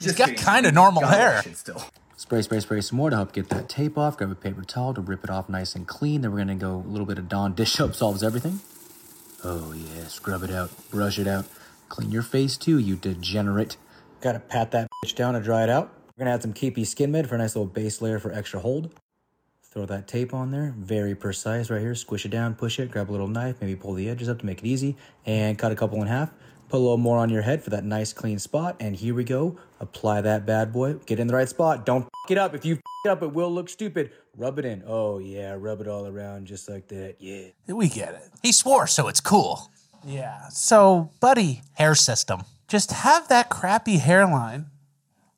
Speaker 12: He's got kind of normal
Speaker 10: Got
Speaker 12: hair.
Speaker 10: lotion Still. Spray, spray, spray some more to help get that tape off. Grab a paper towel to rip it off nice and clean. Then we're gonna go a little bit of Dawn Dish Soap solves everything. Oh yeah, scrub it out, brush it out, clean your face too, you degenerate. Gotta pat that bitch down to dry it out. We're gonna add some KP Skin Med for a nice little base layer for extra hold. Throw that tape on there, very precise right here. Squish it down, push it, grab a little knife, maybe pull the edges up to make it easy, and cut a couple in half. Put a little more on your head for that nice clean spot, and here we go. Apply that bad boy. Get in the right spot. Don't f- it up. If you f- it up, it will look stupid. Rub it in. Oh yeah, rub it all around just like that. Yeah.
Speaker 5: We get it.
Speaker 12: He swore, so it's cool.
Speaker 5: Yeah. So, buddy,
Speaker 12: Hair system.
Speaker 5: just have that crappy hairline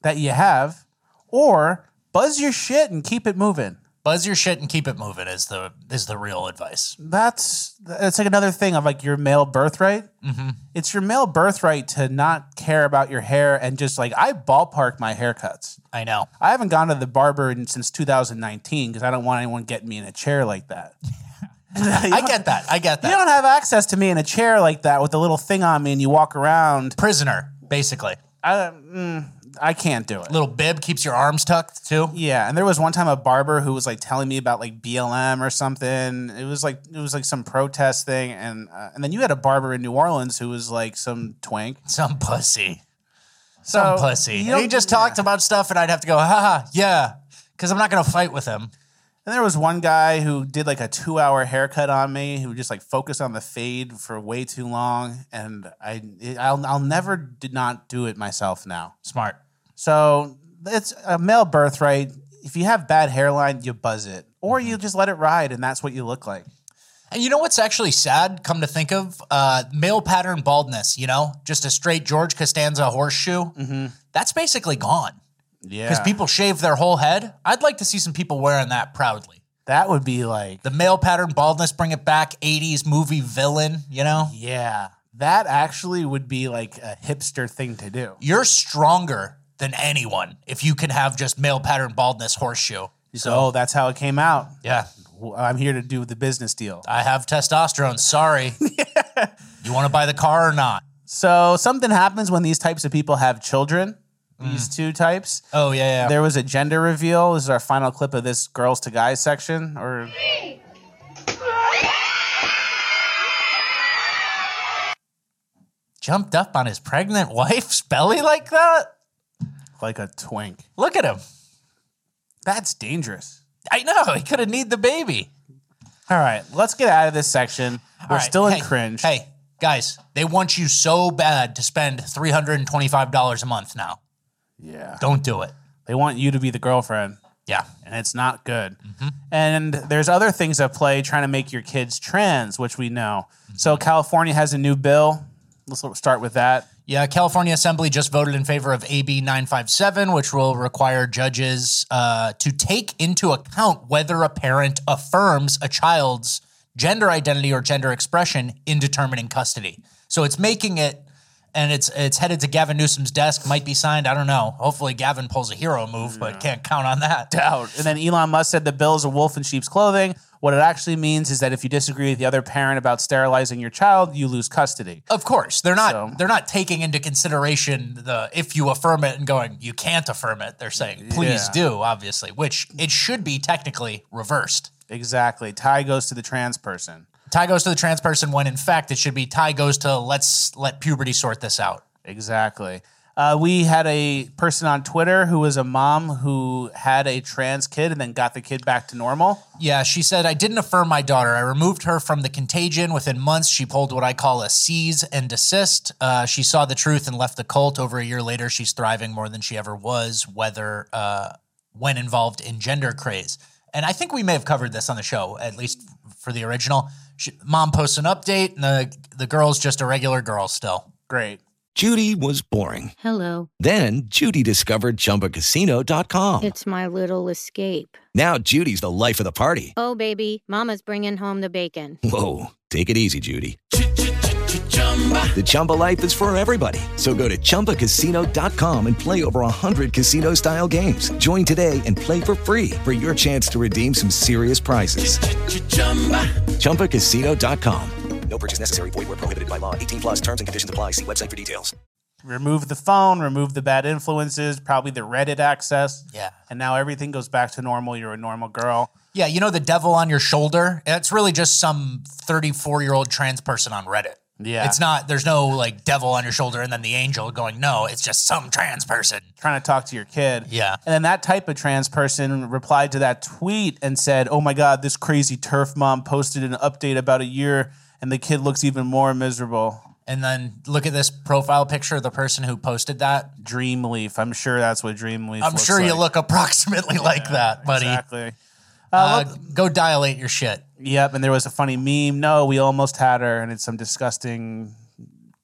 Speaker 5: that you have, or buzz your shit and keep it moving.
Speaker 12: Buzz your shit and keep it moving is the is the real advice.
Speaker 5: That's that's like another thing of like your male birthright.
Speaker 12: Mm-hmm.
Speaker 5: It's your male birthright to not care about your hair and just like I ballpark my haircuts.
Speaker 12: I know.
Speaker 5: I haven't gone to the barber in, since 2019 because I don't want anyone getting me in a chair like that.
Speaker 6: *laughs*
Speaker 12: I get that. I get
Speaker 5: You
Speaker 12: that.
Speaker 5: don't have access to me in a chair like that with a little thing on me and you walk around.
Speaker 12: Prisoner, basically.
Speaker 5: I, mm,
Speaker 6: I can't do it.
Speaker 5: Little bib keeps your arms tucked too.
Speaker 6: Yeah, and there was one time a barber who was like telling me about like BLM or something. It was like it was like some protest thing, and uh, and then you had a barber in New Orleans who was like some twink,
Speaker 5: some pussy, some
Speaker 6: So,
Speaker 5: pussy.
Speaker 6: you
Speaker 5: He
Speaker 6: don't-
Speaker 5: just talked about stuff, and I'd have to go, haha, yeah, because I'm not gonna fight with him.
Speaker 6: And there was one guy who did like a two hour haircut on me who just like focused on the fade for way too long. And I, I'll, I'll never did not do it myself now.
Speaker 5: Smart.
Speaker 6: So it's a male birthright. If you have bad hairline, you buzz it or you just let it ride and that's what you look like.
Speaker 5: Mm-hmm. And you know what's actually sad, come to think of? Uh, male pattern baldness, you know? Just a straight George Costanza horseshoe. That's basically gone.
Speaker 6: Mm-hmm. Yeah.
Speaker 5: Because people shave their whole head. I'd like to see some people wearing that proudly.
Speaker 6: That would be like,
Speaker 5: The male pattern baldness, bring it back, 80s movie villain, you know?
Speaker 6: yeah, that actually would be like a hipster thing to do.
Speaker 5: You're stronger than anyone if you can have just male pattern baldness horseshoe.
Speaker 6: So oh, that's how it came out.
Speaker 5: Yeah.
Speaker 6: Well, I'm here to do the business deal.
Speaker 5: I have testosterone.
Speaker 6: *laughs*
Speaker 5: Sorry. you want to buy the car or not?
Speaker 6: So something happens when these types of people have children. These two types.
Speaker 5: Mm. Oh, yeah, yeah.
Speaker 6: There was a gender reveal. This is our final clip of this girls to guys section. Or
Speaker 5: Jumped up on his pregnant wife's belly like that?
Speaker 6: like a twink.
Speaker 5: Look at him.
Speaker 6: That's dangerous.
Speaker 5: I know. He could have need the baby.
Speaker 6: All right, let's get out of this section. We're
Speaker 5: All right,
Speaker 6: still in
Speaker 5: hey,
Speaker 6: cringe.
Speaker 5: Hey, guys, they want you so bad to spend $325 a month now.
Speaker 6: Yeah.
Speaker 5: Don't do it.
Speaker 6: They want you to be the girlfriend,
Speaker 5: Yeah. Mm-hmm.
Speaker 6: and it's not good. And there's other things at play trying to make your kids trans, which we know.
Speaker 5: Mm-hmm.
Speaker 6: So California has a new bill. Let's start with that.
Speaker 5: Yeah, California Assembly just voted in favor of AB 957, which will require judges uh, to take into account whether a parent affirms a child's gender identity or gender expression in determining custody. So it's making it, and it's it's headed to Gavin Newsom's desk. Might be signed. I don't know. Hopefully, Gavin pulls a hero move, but can't count on that.
Speaker 6: doubt. And then Elon Musk said the bill is a wolf in sheep's clothing. What it actually means is that if you disagree with the other parent about sterilizing your child, you lose custody.
Speaker 5: Of course, they're not
Speaker 6: So-
Speaker 5: they're not taking into consideration the if you affirm it and going you can't affirm it. They're saying please
Speaker 6: Yeah.
Speaker 5: do, obviously, which it should be technically reversed.
Speaker 6: Exactly. Tie goes to the trans person.
Speaker 5: Tie goes to the trans person when in fact it should be tie goes to let's let puberty sort this out.
Speaker 6: Exactly. Uh, we had a person on Twitter who was a mom who had a trans kid and then got the kid back to normal.
Speaker 5: Yeah, she said I didn't affirm my daughter. I removed her from the contagion. Within months, she pulled what I call a seize and desist. Uh, she saw the truth and left the cult. Over a year later, she's thriving more than she ever was. Whether uh, when involved in gender craze. And I think we may have covered this on the show, at least for the original. She, Mom posts an update, and the the girl's just a regular girl still.
Speaker 6: Great.
Speaker 13: Judy was boring.
Speaker 14: Hello.
Speaker 13: Then Judy discovered ChumbaCasino.com.
Speaker 14: It's my little escape.
Speaker 13: Now Judy's the life of the party.
Speaker 14: Oh, baby, Mama's bringing home the bacon.
Speaker 13: Whoa, take it easy, Judy. The Chumba life is for everybody. So go to ChumbaCasino.com and play over 100 casino style games. Join today and play for free for your chance to redeem some serious prizes. ChumbaCasino.com. No purchase necessary. Void where prohibited by law. 18 plus terms and conditions apply. See website for details.
Speaker 6: Remove the phone, remove the bad influences, probably the Reddit access.
Speaker 5: Yeah.
Speaker 6: And now everything goes back to normal. You're a normal girl.
Speaker 5: Yeah, you know the devil on your shoulder. That's really just some 34 year old trans person on Reddit.
Speaker 6: Yeah.
Speaker 5: It's not, there's no like devil on your shoulder and then the angel going, no, it's just some trans person.
Speaker 6: trying to talk to your kid.
Speaker 5: Yeah.
Speaker 6: And then that type of trans person replied to that tweet and said, Oh my God, this crazy turf mom posted an update about a year and the kid looks even more miserable.
Speaker 5: And then look at this profile picture of the person who posted that.
Speaker 6: Dream Leaf. I'm sure that's what Dream Leaf
Speaker 5: I'm
Speaker 6: looks
Speaker 5: sure you
Speaker 6: like.
Speaker 5: look approximately like that, buddy.
Speaker 6: Exactly.
Speaker 5: Uh, go dilate your shit.
Speaker 6: Yep. And there was a funny meme. No, we almost had her. And it's some disgusting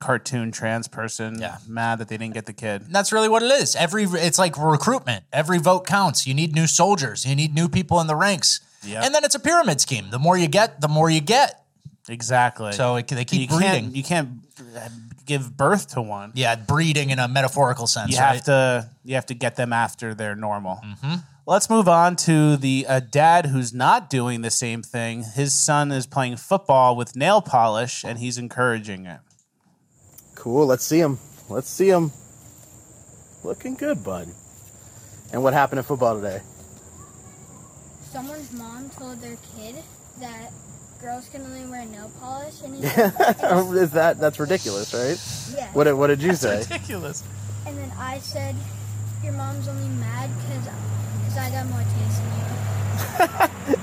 Speaker 6: cartoon trans person
Speaker 5: Yeah.
Speaker 6: mad that they didn't get the kid.
Speaker 5: And that's really what it is. Every it's like recruitment. Every vote counts. You need new soldiers. You need new people in the ranks.
Speaker 6: Yep.
Speaker 5: And then it's a pyramid scheme. The more you get, the more you get.
Speaker 6: Exactly.
Speaker 5: So it, they keep
Speaker 6: you
Speaker 5: breeding.
Speaker 6: can't, you can't uh, give birth to one.
Speaker 5: Yeah, breeding in a metaphorical sense.
Speaker 6: you
Speaker 5: right?
Speaker 6: have to you have to get them after they're normal. Let's move on to the uh, dad who's not doing the same thing. His son is playing football with nail polish, and he's encouraging it.
Speaker 15: Cool. Let's see him. Let's see him.
Speaker 16: Looking good, bud. And what happened in football today?
Speaker 15: Someone's mom told their kid that girls can only wear nail polish
Speaker 16: *laughs*
Speaker 15: and he
Speaker 16: Is that that's ridiculous, right?
Speaker 15: Yeah.
Speaker 16: What did, what did you say?
Speaker 5: ridiculous.
Speaker 15: And then I said, your mom's only mad because I got more taste than you.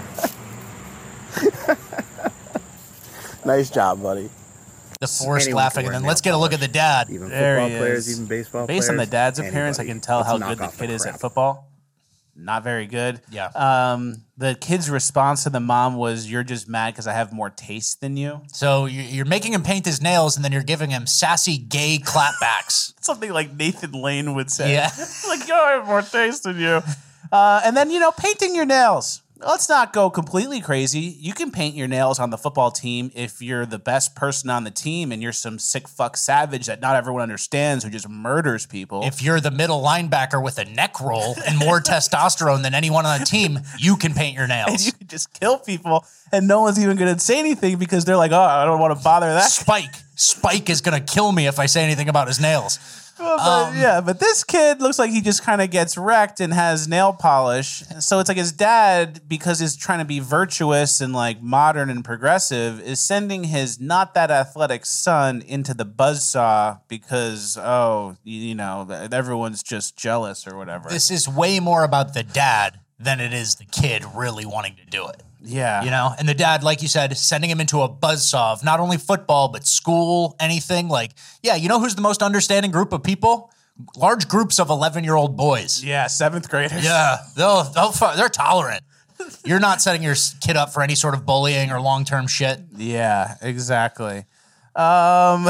Speaker 16: Nice job,
Speaker 6: *laughs*
Speaker 16: buddy.
Speaker 6: The
Speaker 16: Anyone
Speaker 6: forced
Speaker 16: can
Speaker 6: laughing,
Speaker 16: wear
Speaker 6: and then
Speaker 16: nail
Speaker 6: let's get a look at the dad.
Speaker 16: Even
Speaker 6: there
Speaker 16: football
Speaker 6: he
Speaker 16: players,
Speaker 6: is.
Speaker 16: even baseball
Speaker 6: Based on the
Speaker 16: players,
Speaker 6: dad's appearance, I
Speaker 16: anybody.
Speaker 6: can tell
Speaker 16: Let's
Speaker 6: how
Speaker 16: knock
Speaker 6: good the
Speaker 16: off
Speaker 6: kid
Speaker 16: the
Speaker 6: is at
Speaker 16: crap.
Speaker 6: football. Not very good. Yeah. Um, the kid's response to the mom was, "You're just mad because I have more taste than you."
Speaker 5: So you- you're making him paint his nails, and then you're giving him sassy gay
Speaker 6: *laughs*
Speaker 5: clapbacks.
Speaker 6: Something like Nathan Lane would say.
Speaker 5: Yeah.
Speaker 6: like, oh, I have more taste than you. Uh, and then, you know, painting your nails. Let's not go completely crazy. You can paint your nails on the football team if you're the best person on the team and you're some sick fuck savage that not everyone understands who just murders *laughs* people.
Speaker 5: If you're the middle linebacker with a neck roll and more testosterone than anyone on the team, you can paint your
Speaker 6: and
Speaker 5: nails.
Speaker 6: *laughs* you can just kill people and no one's even going to say anything because they're like, oh, I don't want to bother that.
Speaker 5: Spike. Spike is going to kill me if I say anything about his nails. Um,
Speaker 6: Well, but- yeah, but this kid looks like he just kind of gets wrecked and has nail polish. So it's like his dad, because he's trying to be virtuous and like modern and progressive, is sending his not that athletic son into the buzzsaw because, oh, you, you know, th- everyone's just jealous or whatever.
Speaker 5: This is way more about the dad than it is the kid really wanting to do it.
Speaker 6: yeah.
Speaker 5: You know, and the dad, like you said, sending him into a buzzsaw of not only football, but school, anything. Like, yeah, you know who's the most understanding group of people? Large groups of 11 year old boys.
Speaker 6: Yeah, seventh graders.
Speaker 5: Yeah, they'll, they'll, fu- they're tolerant. You're not setting your s- kid up for any sort of bullying or long term shit.
Speaker 6: Yeah, exactly. Um,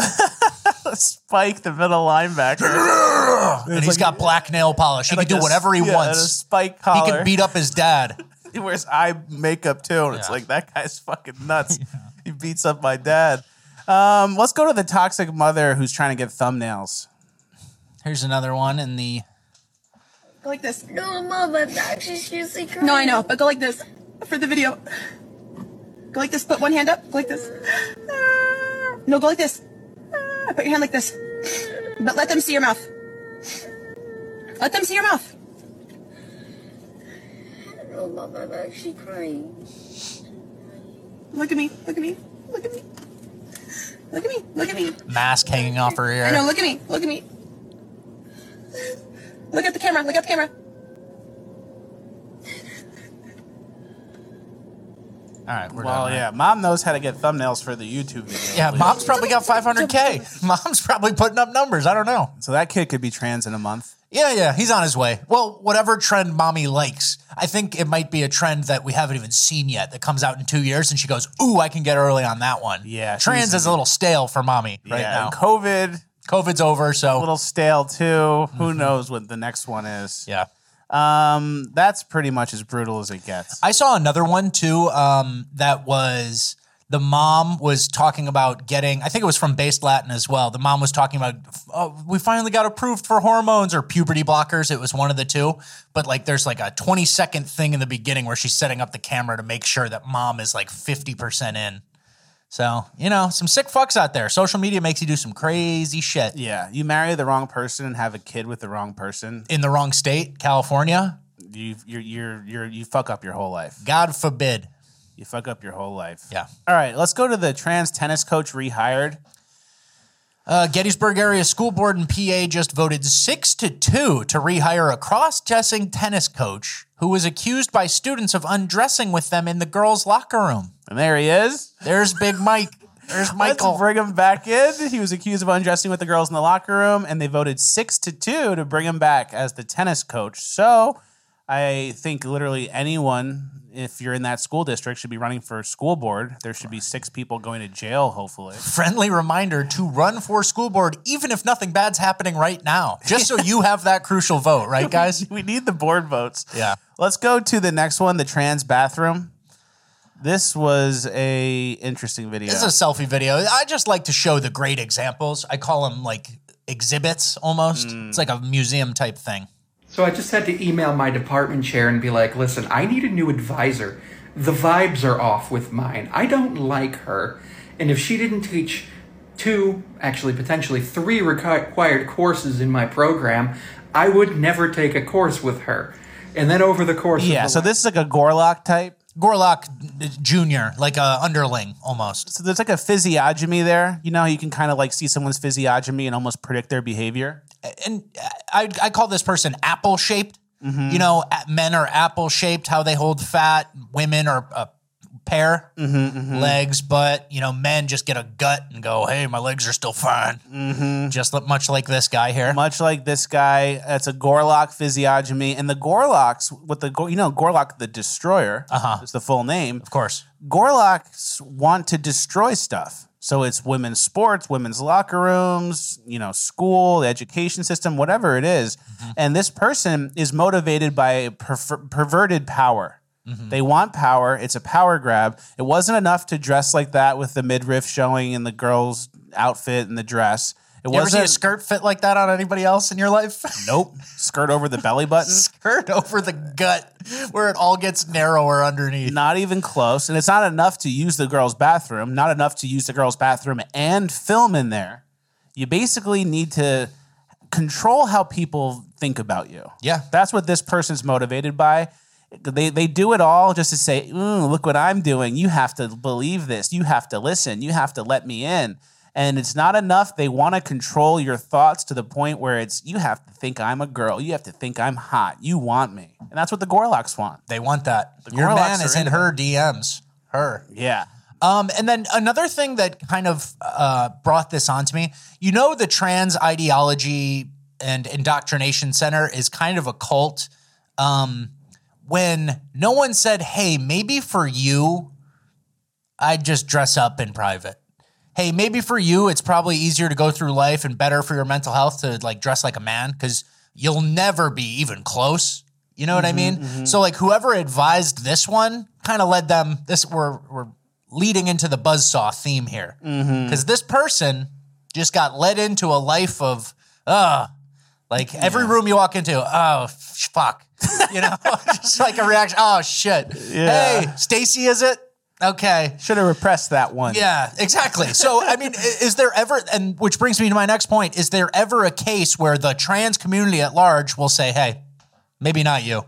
Speaker 6: Spike, the middle linebacker.
Speaker 5: And he's got black nail polish. He can do whatever he
Speaker 6: yeah, and a
Speaker 5: wants.
Speaker 6: spike
Speaker 5: He
Speaker 6: collar.
Speaker 5: can beat up his dad.
Speaker 6: he wears eye makeup too, and it's
Speaker 5: Yeah.
Speaker 6: like that guy's fucking *laughs* nuts. He beats up my dad. Um, let's go to the toxic mother who's trying to get thumbnails.
Speaker 5: Here's another one in the
Speaker 17: Go like this. No, mom, I'm actually seriously crying. No, I know, but go like this for the video. Go like this. Put one hand up. Go like this. Ah. No, go like this. Ah, Put your hand like this. But let them see your mouth. Let them see your mouth.
Speaker 15: No, mom, I'm actually crying.
Speaker 17: Look at me. Look at me. Look at me. Look at me. Look at me.
Speaker 5: mask hanging off her ear.
Speaker 17: I know. Look at me. Look at me. Look at the camera. Look at the camera.
Speaker 5: All right, we're
Speaker 6: Well,
Speaker 5: done.
Speaker 6: yeah, mom knows how to get thumbnails for the YouTube video.
Speaker 5: Yeah,
Speaker 6: at least.
Speaker 5: mom's probably got 500K. Mom's probably putting up numbers. I don't know.
Speaker 6: So that kid could be trans in a month.
Speaker 5: Yeah, yeah, he's on his way. Well, whatever trend mommy likes, I think it might be a trend that we haven't even seen yet that comes out in two years and she goes, Ooh, I can get early on that one.
Speaker 6: Yeah,
Speaker 5: Trans
Speaker 6: she's-
Speaker 5: is a little stale for mommy right
Speaker 6: yeah,
Speaker 5: now.
Speaker 6: and COVID,
Speaker 5: COVID's over, so. Mm-hmm.
Speaker 6: a little stale too. Who knows what the next one is?
Speaker 5: Yeah.
Speaker 6: Um, that's pretty much as brutal as it gets.
Speaker 5: I saw another one too. Um, that was the mom was talking about getting. I think it was from Based Latin as well. The mom was talking about oh, we finally got approved for hormones or puberty blockers. It was one of the two. But like, there's like a 20 second thing in the beginning where she's setting up the camera to make sure that mom is like 50 percent in. So you know, some sick fucks out there. Social media makes you do some crazy shit.
Speaker 6: Yeah, you marry the wrong person and have a kid with the wrong person.
Speaker 5: In the wrong state, California.
Speaker 6: You you you you you fuck up your whole life.
Speaker 5: God forbid.
Speaker 6: You fuck up your whole life.
Speaker 5: Yeah.
Speaker 6: All right, let's go to the trans tennis coach rehired.
Speaker 5: Uh, Gettysburg Area School Board in PA just voted six to two to rehire a cross-dressing tennis coach who was accused by students of undressing with them in the girls' locker room.
Speaker 6: And there he is.
Speaker 5: There's Big Mike. There's Michael.
Speaker 6: Let's bring him back in. He was accused of undressing with the girls in the locker room, and they voted six to two to bring him back as the tennis coach. So I think literally anyone, if you're in that school district, should be running for school board. There should be six people going to jail,
Speaker 5: *laughs*
Speaker 6: hopefully.
Speaker 5: Friendly reminder to run for school board, even if nothing bad's happening right now, just so you have that crucial vote, right,
Speaker 6: *laughs*
Speaker 5: guys?
Speaker 6: We need the board votes.
Speaker 5: Yeah.
Speaker 6: Let's go to the next one, the trans bathroom. This was a interesting video.
Speaker 5: This is a selfie video. I just like to show the great examples. I call them like exhibits almost.
Speaker 6: Mm.
Speaker 5: It's like a museum type thing.
Speaker 2: So I just had to email my department chair and be like, listen, I need a new advisor. The vibes are off with mine. I don't like her. And if she didn't teach two, actually potentially three requi- required courses in my program, I would never take a course with her. And then over the course
Speaker 6: Yeah,
Speaker 2: of
Speaker 6: so this is like a Gorlock type.
Speaker 5: Gorlock uh, Junior, like a underling almost.
Speaker 6: So there's like a physiognomy there. You know, how you can kind of like see someone's physiognomy and almost predict their behavior.
Speaker 5: And I, I call this person apple shaped.
Speaker 6: Mm-hmm.
Speaker 5: You know, a- men are apple shaped, how they hold fat. Women are a pear,
Speaker 6: Mm-hmm,
Speaker 5: legs, but, you know, men just get a gut and go, hey, my legs are still fine. Mm-hmm. Just li- much like this guy here.
Speaker 6: Much like this guy, that's a Gorlock physiognomy. And the Gorlocks, with the, Gor- you know, Gorlock the Destroyer uh-huh. is the full name. Of
Speaker 5: course.
Speaker 6: Gorlocks want to destroy stuff. So it's women's sports, women's locker rooms, you know, school, the education system, whatever it is.
Speaker 5: Mm-hmm.
Speaker 6: And this person is motivated by perver- perverted power.
Speaker 5: Mm-hmm.
Speaker 6: They want power. It's a power grab. It wasn't enough to dress like that with the midriff showing and the girl's outfit and the dress. It
Speaker 5: You ever see
Speaker 6: wasn't
Speaker 5: a skirt fit like that on anybody else in your life? *laughs*
Speaker 6: Nope. Skirt over the belly button.
Speaker 5: skirt over the gut where it all gets narrower underneath.
Speaker 6: Not even close. And it's not enough to use the girl's bathroom, not enough to use the girl's bathroom and film in there. You basically need to control how people think about you.
Speaker 5: Yeah.
Speaker 6: That's what this person's motivated by. They, they do it all just to say, "Mm, look what I'm doing. You have to believe this. You have to listen. You have to let me in. And it's not enough. They want to control your thoughts to the point where it's, you have to think I'm a girl. You have to think I'm hot. You want me. And that's what the Gorlocks want.
Speaker 5: They want that.
Speaker 6: The
Speaker 5: Your
Speaker 6: Gorlocks
Speaker 5: man
Speaker 6: are
Speaker 5: is in
Speaker 6: into
Speaker 5: her DMs. Her.
Speaker 6: Yeah.
Speaker 5: Um, and then another thing that kind of uh, brought this onto me, you know, the trans ideology and indoctrination center is kind of a cult. Um, when no one said, "Hey, maybe for you, I'd just dress up in private." Hey, maybe for you, it's probably easier to go through life and better for your mental health to like dress like a man because you'll never be even close. You know what I mean? So like whoever advised this one kind of led them. This we're we're leading into the buzzsaw theme here because this person just got led into a life of uh like every room you walk into, oh f- fuck, you know, *laughs* just like a reaction. Oh shit.
Speaker 6: Yeah.
Speaker 5: Hey, Stacy, is it? Okay.
Speaker 6: Should have repressed that one.
Speaker 5: Yeah, exactly. So, I mean, i- is there ever, and which brings me to my next point, is there ever a case where the trans community at large will say, hey, maybe not you?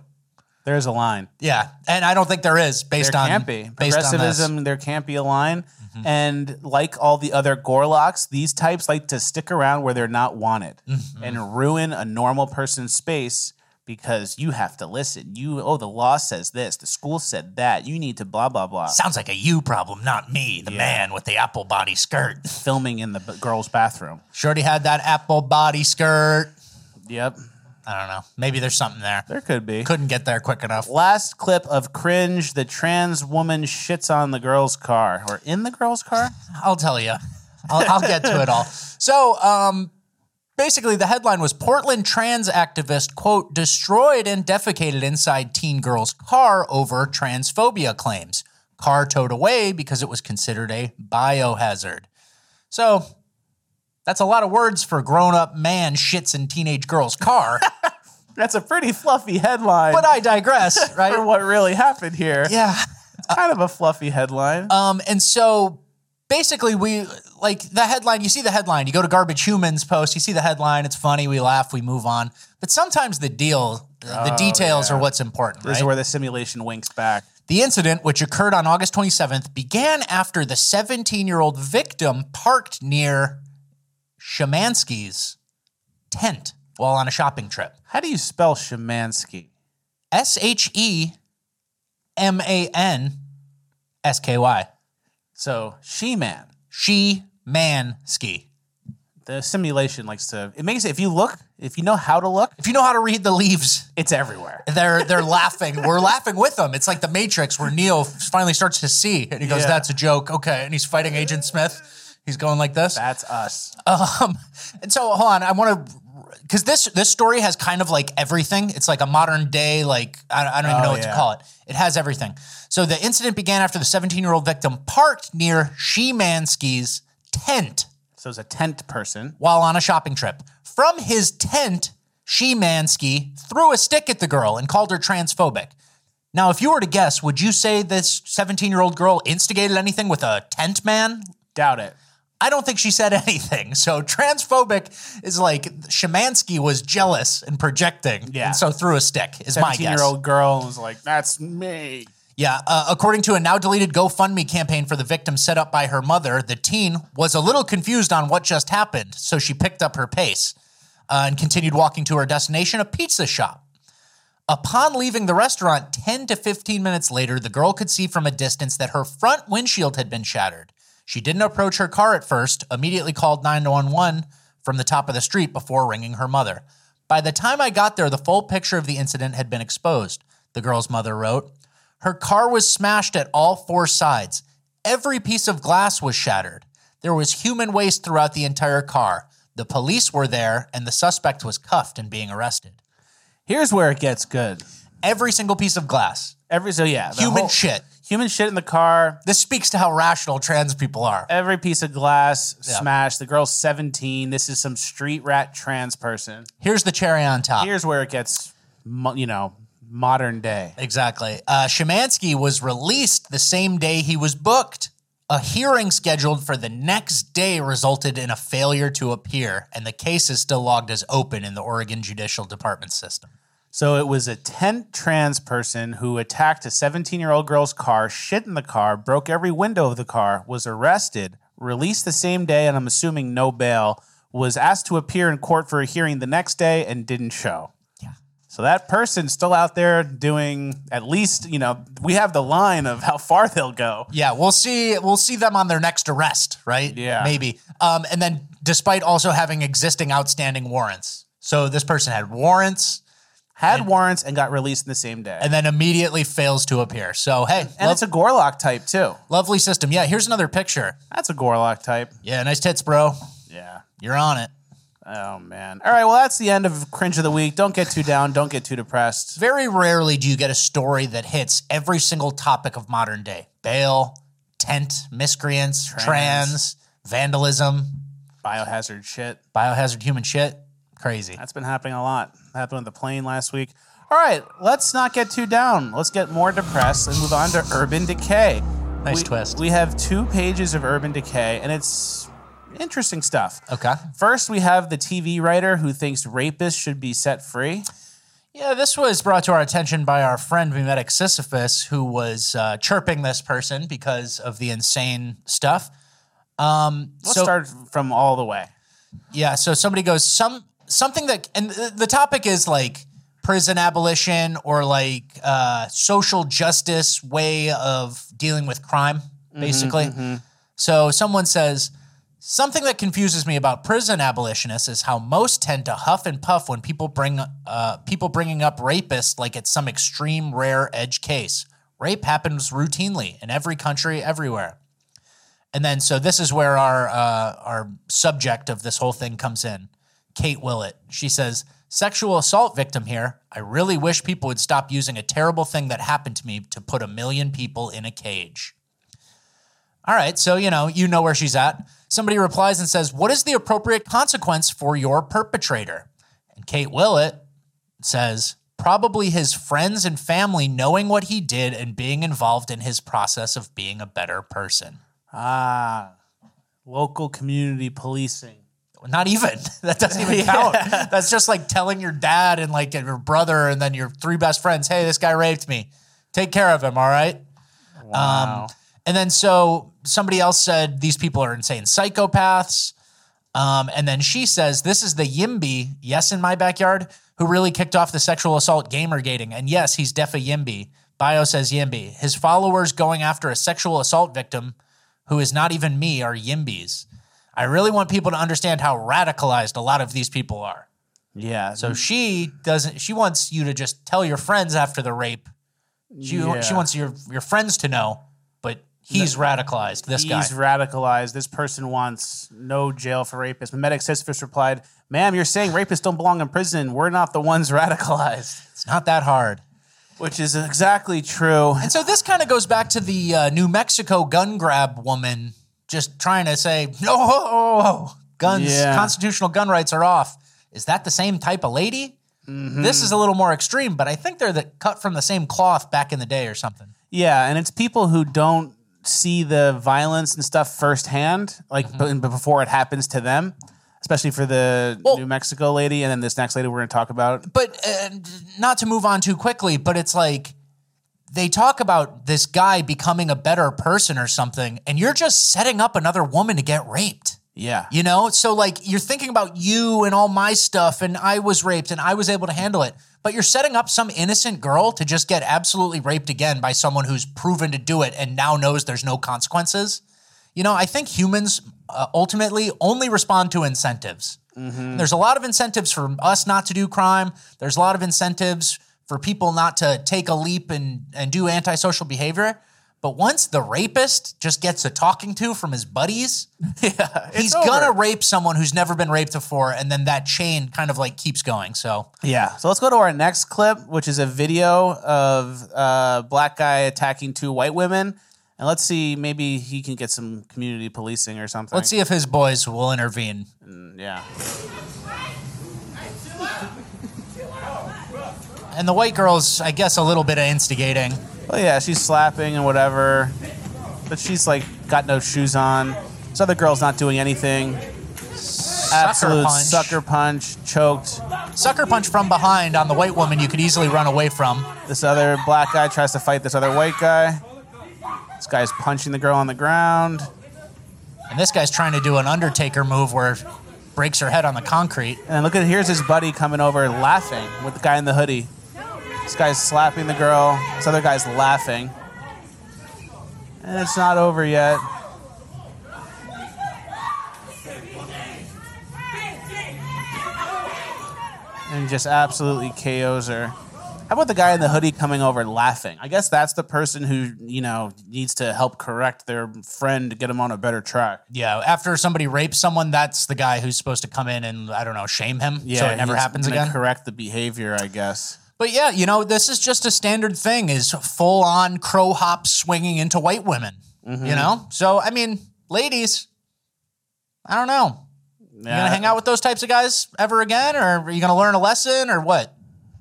Speaker 6: There's a line.
Speaker 5: Yeah. And I don't think there is based
Speaker 6: there
Speaker 5: on
Speaker 6: can't be.
Speaker 5: based on this. Mm-hmm.
Speaker 6: progressivism. there can't be a line, and like all the other Gorlocks, these types like to stick around where they're not wanted
Speaker 5: Mm-hmm.
Speaker 6: and ruin a normal person's space because you have to listen. You oh, the law says this, the school said that. You need to blah blah blah.
Speaker 5: Sounds like a you problem, not me, the man with the apple body skirt.
Speaker 6: Filming in the b- girl's bathroom.
Speaker 5: Shorty had that apple body skirt.
Speaker 6: Yep,
Speaker 5: I don't know. Maybe there's something there.
Speaker 6: there could be.
Speaker 5: Couldn't get there quick enough.
Speaker 6: Last clip of cringe: the trans woman shits on the girl's car or in the
Speaker 5: *laughs*
Speaker 6: girl's car.
Speaker 5: I'll tell you. I'll, I'll get to it
Speaker 6: *laughs*
Speaker 5: all. So, um, basically, the headline was Portland trans activist, quote, destroyed and defecated inside teen girl's car over transphobia claims. Car towed away because it was considered a biohazard. So, that's a lot of words for grown up man shits in teenage girl's
Speaker 6: *laughs*
Speaker 5: car,
Speaker 6: That's a pretty fluffy headline.
Speaker 5: but I digress, right?
Speaker 6: for what really happened here.
Speaker 5: yeah.
Speaker 6: kind of a fluffy headline.
Speaker 5: Um, and so basically, we like the headline. You see the headline. You go to Garbage Humans post. You see the headline. It's funny. We laugh. We move on. But sometimes the deal, the details are what's important.
Speaker 6: Oh, This is
Speaker 5: right?
Speaker 6: where the simulation winks back.
Speaker 5: The incident, which occurred on August 27th, began after the 17 year old victim parked near Shemansky's tent while on a shopping trip.
Speaker 6: How do you spell Shemansky?
Speaker 5: S H E M A N S K Y.
Speaker 6: So She Man.
Speaker 5: She man ski.
Speaker 6: The simulation likes to. It makes it. If you look, if you know how to look,
Speaker 5: If you know how to read the leaves, er,
Speaker 6: it's everywhere.
Speaker 5: they're they're laughing. We're laughing with them. It's like the Matrix where Neo finally starts to see, and he goes,
Speaker 6: Yeah.
Speaker 5: "That's a joke." Okay, and he's fighting Agent Smith. He's going like this.
Speaker 6: That's us.
Speaker 5: Um, and so hold on, I want to because this this story has kind of like everything. It's like a modern day like I, I don't even
Speaker 6: Oh,
Speaker 5: know what
Speaker 6: yeah.
Speaker 5: to call it. It has everything. So the incident began after the 17 year old victim parked near Shemansky's tent
Speaker 6: So it's a tent person.
Speaker 5: while on a shopping trip. From his tent, Shemansky threw a stick at the girl and called her transphobic. Now, if you were to guess, would you say this 17 year old girl instigated anything with a tent man?
Speaker 6: Doubt it.
Speaker 5: I don't think she said *laughs* anything. So transphobic is like Shemansky was jealous and projecting. Yeah. And so threw a stick, is my guess.
Speaker 6: 17 year old girl was like, that's me.
Speaker 5: Yeah, uh, according to a now deleted GoFundMe campaign for the victim set up by her mother, the teen was a little confused on what just happened, so she picked up her pace uh, and continued walking to her destination, a pizza shop. Upon leaving the restaurant 10 to 15 minutes later, the girl could see from a distance that her front windshield had been shattered. She didn't approach her car at first, immediately called 911 from the top of the street before ringing her mother. By the time I got there, the full picture of the incident had been exposed, the girl's mother wrote. Her car was smashed at all four sides. Every piece of glass was shattered. There was human waste throughout the entire car. The police were there, and the suspect was cuffed and being arrested.
Speaker 6: Here's where it gets good.
Speaker 5: Every single piece of glass.
Speaker 6: Every so yeah, the
Speaker 5: Human
Speaker 6: whole-
Speaker 5: shit.
Speaker 6: Human shit in the car.
Speaker 5: This speaks to how rational trans people are.
Speaker 6: Every piece of glass
Speaker 5: Yeah.
Speaker 6: smashed. The girl's 17. This is some street rat trans person.
Speaker 5: Here's the cherry on top.
Speaker 6: Here's where it gets, mo- you know, modern day.
Speaker 5: Exactly. Uh, Shemansky was released the same day he was booked. A hearing scheduled for the next day resulted in a failure to appear, and the case is still logged as open in the Oregon Judicial Department system.
Speaker 6: So it was a tent trans person who attacked a 17 year old girl's car, shit in the car, broke every window of the car, was arrested, released the same day, and I'm assuming no bail, was asked to appear in court for a hearing the next day and didn't show. So that person's still out there doing at least, you know, we have the line of how far they'll go.
Speaker 5: Yeah, we'll see. We'll see them on their next arrest, right?
Speaker 6: Yeah.
Speaker 5: maybe. Um, and then, despite also having existing outstanding warrants, so this person had warrants
Speaker 6: Had warrants and got released in the same day.
Speaker 5: and then immediately fails to appear. So hey,
Speaker 6: And it's a Gorlock type too.
Speaker 5: lovely system. Yeah, here's another picture.
Speaker 6: That's a Gorlock type.
Speaker 5: Yeah, nice tits, bro.
Speaker 6: Yeah.
Speaker 5: You're on it.
Speaker 6: Oh man. All right. Well, that's the end of cringe of the week. Don't get too down. Don't get too depressed.
Speaker 5: Very rarely do you get a story that hits every single topic of modern day bail, tent, miscreants, trans, vandalism,
Speaker 6: Biohazard shit.
Speaker 5: biohazard human shit. Crazy.
Speaker 6: That's been happening a lot. That happened with the plane last week. All right. Let's not get too down. Let's get more depressed and move on to urban decay.
Speaker 5: Nice
Speaker 6: We-
Speaker 5: twist.
Speaker 6: We have two pages of urban decay, and it's interesting stuff.
Speaker 5: Okay.
Speaker 6: First, we have the TV writer who thinks rapists should be set free.
Speaker 5: Yeah, this was brought to our attention by our friend Mimetic Sisyphus, who was uh, chirping this person because of the insane stuff. Um,
Speaker 6: Let's
Speaker 5: so-
Speaker 6: start from all the way.
Speaker 5: Yeah. So somebody goes some something that, and th- the topic is like prison abolition or like uh, social justice way of dealing with crime, basically. So someone says something that confuses me about prison abolitionists is how most tend to huff and puff when people bring uh, people bringing up rapists like it's some extreme rare edge case. Rape happens routinely in every country, everywhere. And then, so this is where our uh, our subject of this whole thing comes in. Kate Willett. She says, "Sexual assault victim here. I really wish people would stop using a terrible thing that happened to me to put a million people in a cage." All right, so you know you know where she's at. Somebody replies and says, "What is the appropriate consequence for your perpetrator?" And Kate Willett says, "Probably his friends and family knowing what he did and being involved in his process of being a better person."
Speaker 6: Ah, local community policing.
Speaker 5: Not even. *laughs* That doesn't even count. That's just like telling your dad and like your brother and then your three best friends, hey, this guy raped me. Take care of him, all right? Um,
Speaker 6: Wow.
Speaker 5: And then so somebody else said these people are insane psychopaths. Um, and then she says, This is the Yimby, yes, in my backyard, who really kicked off the sexual assault gamergating. And yes, he's deaf a Yimby. Bio says Yimby. His followers going after a sexual assault victim who is not even me are Yimbys. I really want people to understand how radicalized a lot of these people are.
Speaker 6: yeah.
Speaker 5: So she doesn't. She wants you to just tell your friends after the rape. She she
Speaker 6: Yeah.
Speaker 5: wants your your friends to know, but he's radicalized. This
Speaker 6: he's
Speaker 5: guy.
Speaker 6: radicalized. This person wants no jail for rapists. Mimetic Sisyphus replied, Ma'am, you're saying rapists don't belong in prison. We're not the ones *laughs* radicalized,
Speaker 5: it's not that hard.
Speaker 6: which is exactly true.
Speaker 5: And so this kind of goes back to the uh, New Mexico gun grab woman just trying to say, no, guns,
Speaker 6: Yeah.
Speaker 5: constitutional gun rights are off. Is that the same type of lady?
Speaker 6: Mm-hmm.
Speaker 5: This is a little more extreme, but I think they're the, cut from the same cloth back in the day or something.
Speaker 6: Yeah, and it's people who don't see the violence and stuff firsthand, like
Speaker 5: Mm-hmm.
Speaker 6: b- before it happens to them, especially for the New Mexico lady and then this next lady we're going to talk about.
Speaker 5: But uh, not to move on too quickly, but it's like they talk about this guy becoming a better person or something, and you're just setting up another woman to get raped.
Speaker 6: Yeah.
Speaker 5: You know? So, like, you're thinking about you and all my stuff, and I was raped and I was able to handle it. But you're setting up some innocent girl to just get absolutely raped again by someone who's proven to do it and now knows there's no consequences. You know, I think humans uh, ultimately only respond to incentives. And There's a lot of incentives for us not to do crime. There's a lot of incentives for people not to take a leap and, and do antisocial behavior. But once the rapist just gets a talking to from his buddies, he's gonna rape someone who's never been raped before, and then that chain kind of like keeps going. So
Speaker 6: Yeah. So let's go to our next clip, which is a video of a uh, black guy attacking two white women. And let's see, maybe he can get some community policing or something.
Speaker 5: let's see if his boys will intervene.
Speaker 6: Yeah.
Speaker 5: And the white girl's, I guess, a little bit of instigating.
Speaker 6: Well, yeah, she's slapping and whatever, but she's like got no shoes on. This other girl's not doing anything. Absolute
Speaker 5: punch.
Speaker 6: sucker punch, choked.
Speaker 5: Sucker punch from behind on the white woman you could easily run away from.
Speaker 6: This other black guy tries to fight this other white guy. This guy's punching the girl on the ground.
Speaker 5: And this guy's trying to do an Undertaker move where breaks her head on the concrete.
Speaker 6: And look at here's his buddy coming over laughing with the guy in the hoodie. This guy's slapping the girl. This other guy's laughing. And it's not over yet. And just absolutely KOs her. How about the guy in the hoodie coming over laughing? I guess that's the person who, you know, needs to help correct their friend to get him on a better track.
Speaker 5: Yeah, after somebody rapes someone, that's the guy who's supposed to come in and I don't know, shame him so it never
Speaker 6: he's
Speaker 5: happens
Speaker 6: gonna
Speaker 5: again.
Speaker 6: Correct the behavior, I guess.
Speaker 5: But yeah, you know, this is just a standard thing is full on crow hop swinging into white women, you know? So, I mean, ladies, I don't know. You
Speaker 6: Yeah.
Speaker 5: gonna hang out with those types of guys ever again, or are you gonna learn a lesson, or what?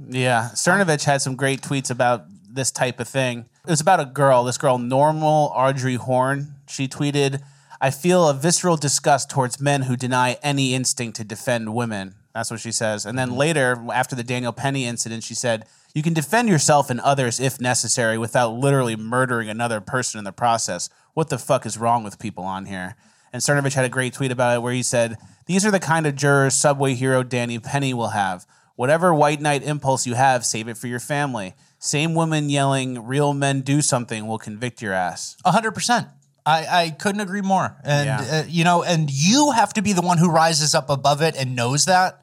Speaker 6: Yeah, Cernovich had some great tweets about this type of thing. It was about a girl, this girl, Normal Audrey Horn. She tweeted, I feel a visceral disgust towards men who deny any instinct to defend women. That's what she says. And then later, after the Daniel Penny incident, she said, You can defend yourself and others if necessary without literally murdering another person in the process. What the fuck is wrong with people on here? And Cernovich had a great tweet about it where he said, These are the kind of jurors Subway hero Danny Penny will have. Whatever white knight impulse you have, save it for your family. Same woman yelling, real men do something, will convict your ass.
Speaker 5: A hundred percent. I, I couldn't agree more. And
Speaker 6: Yeah.
Speaker 5: uh, you know, and you have to be the one who rises up above it and knows that.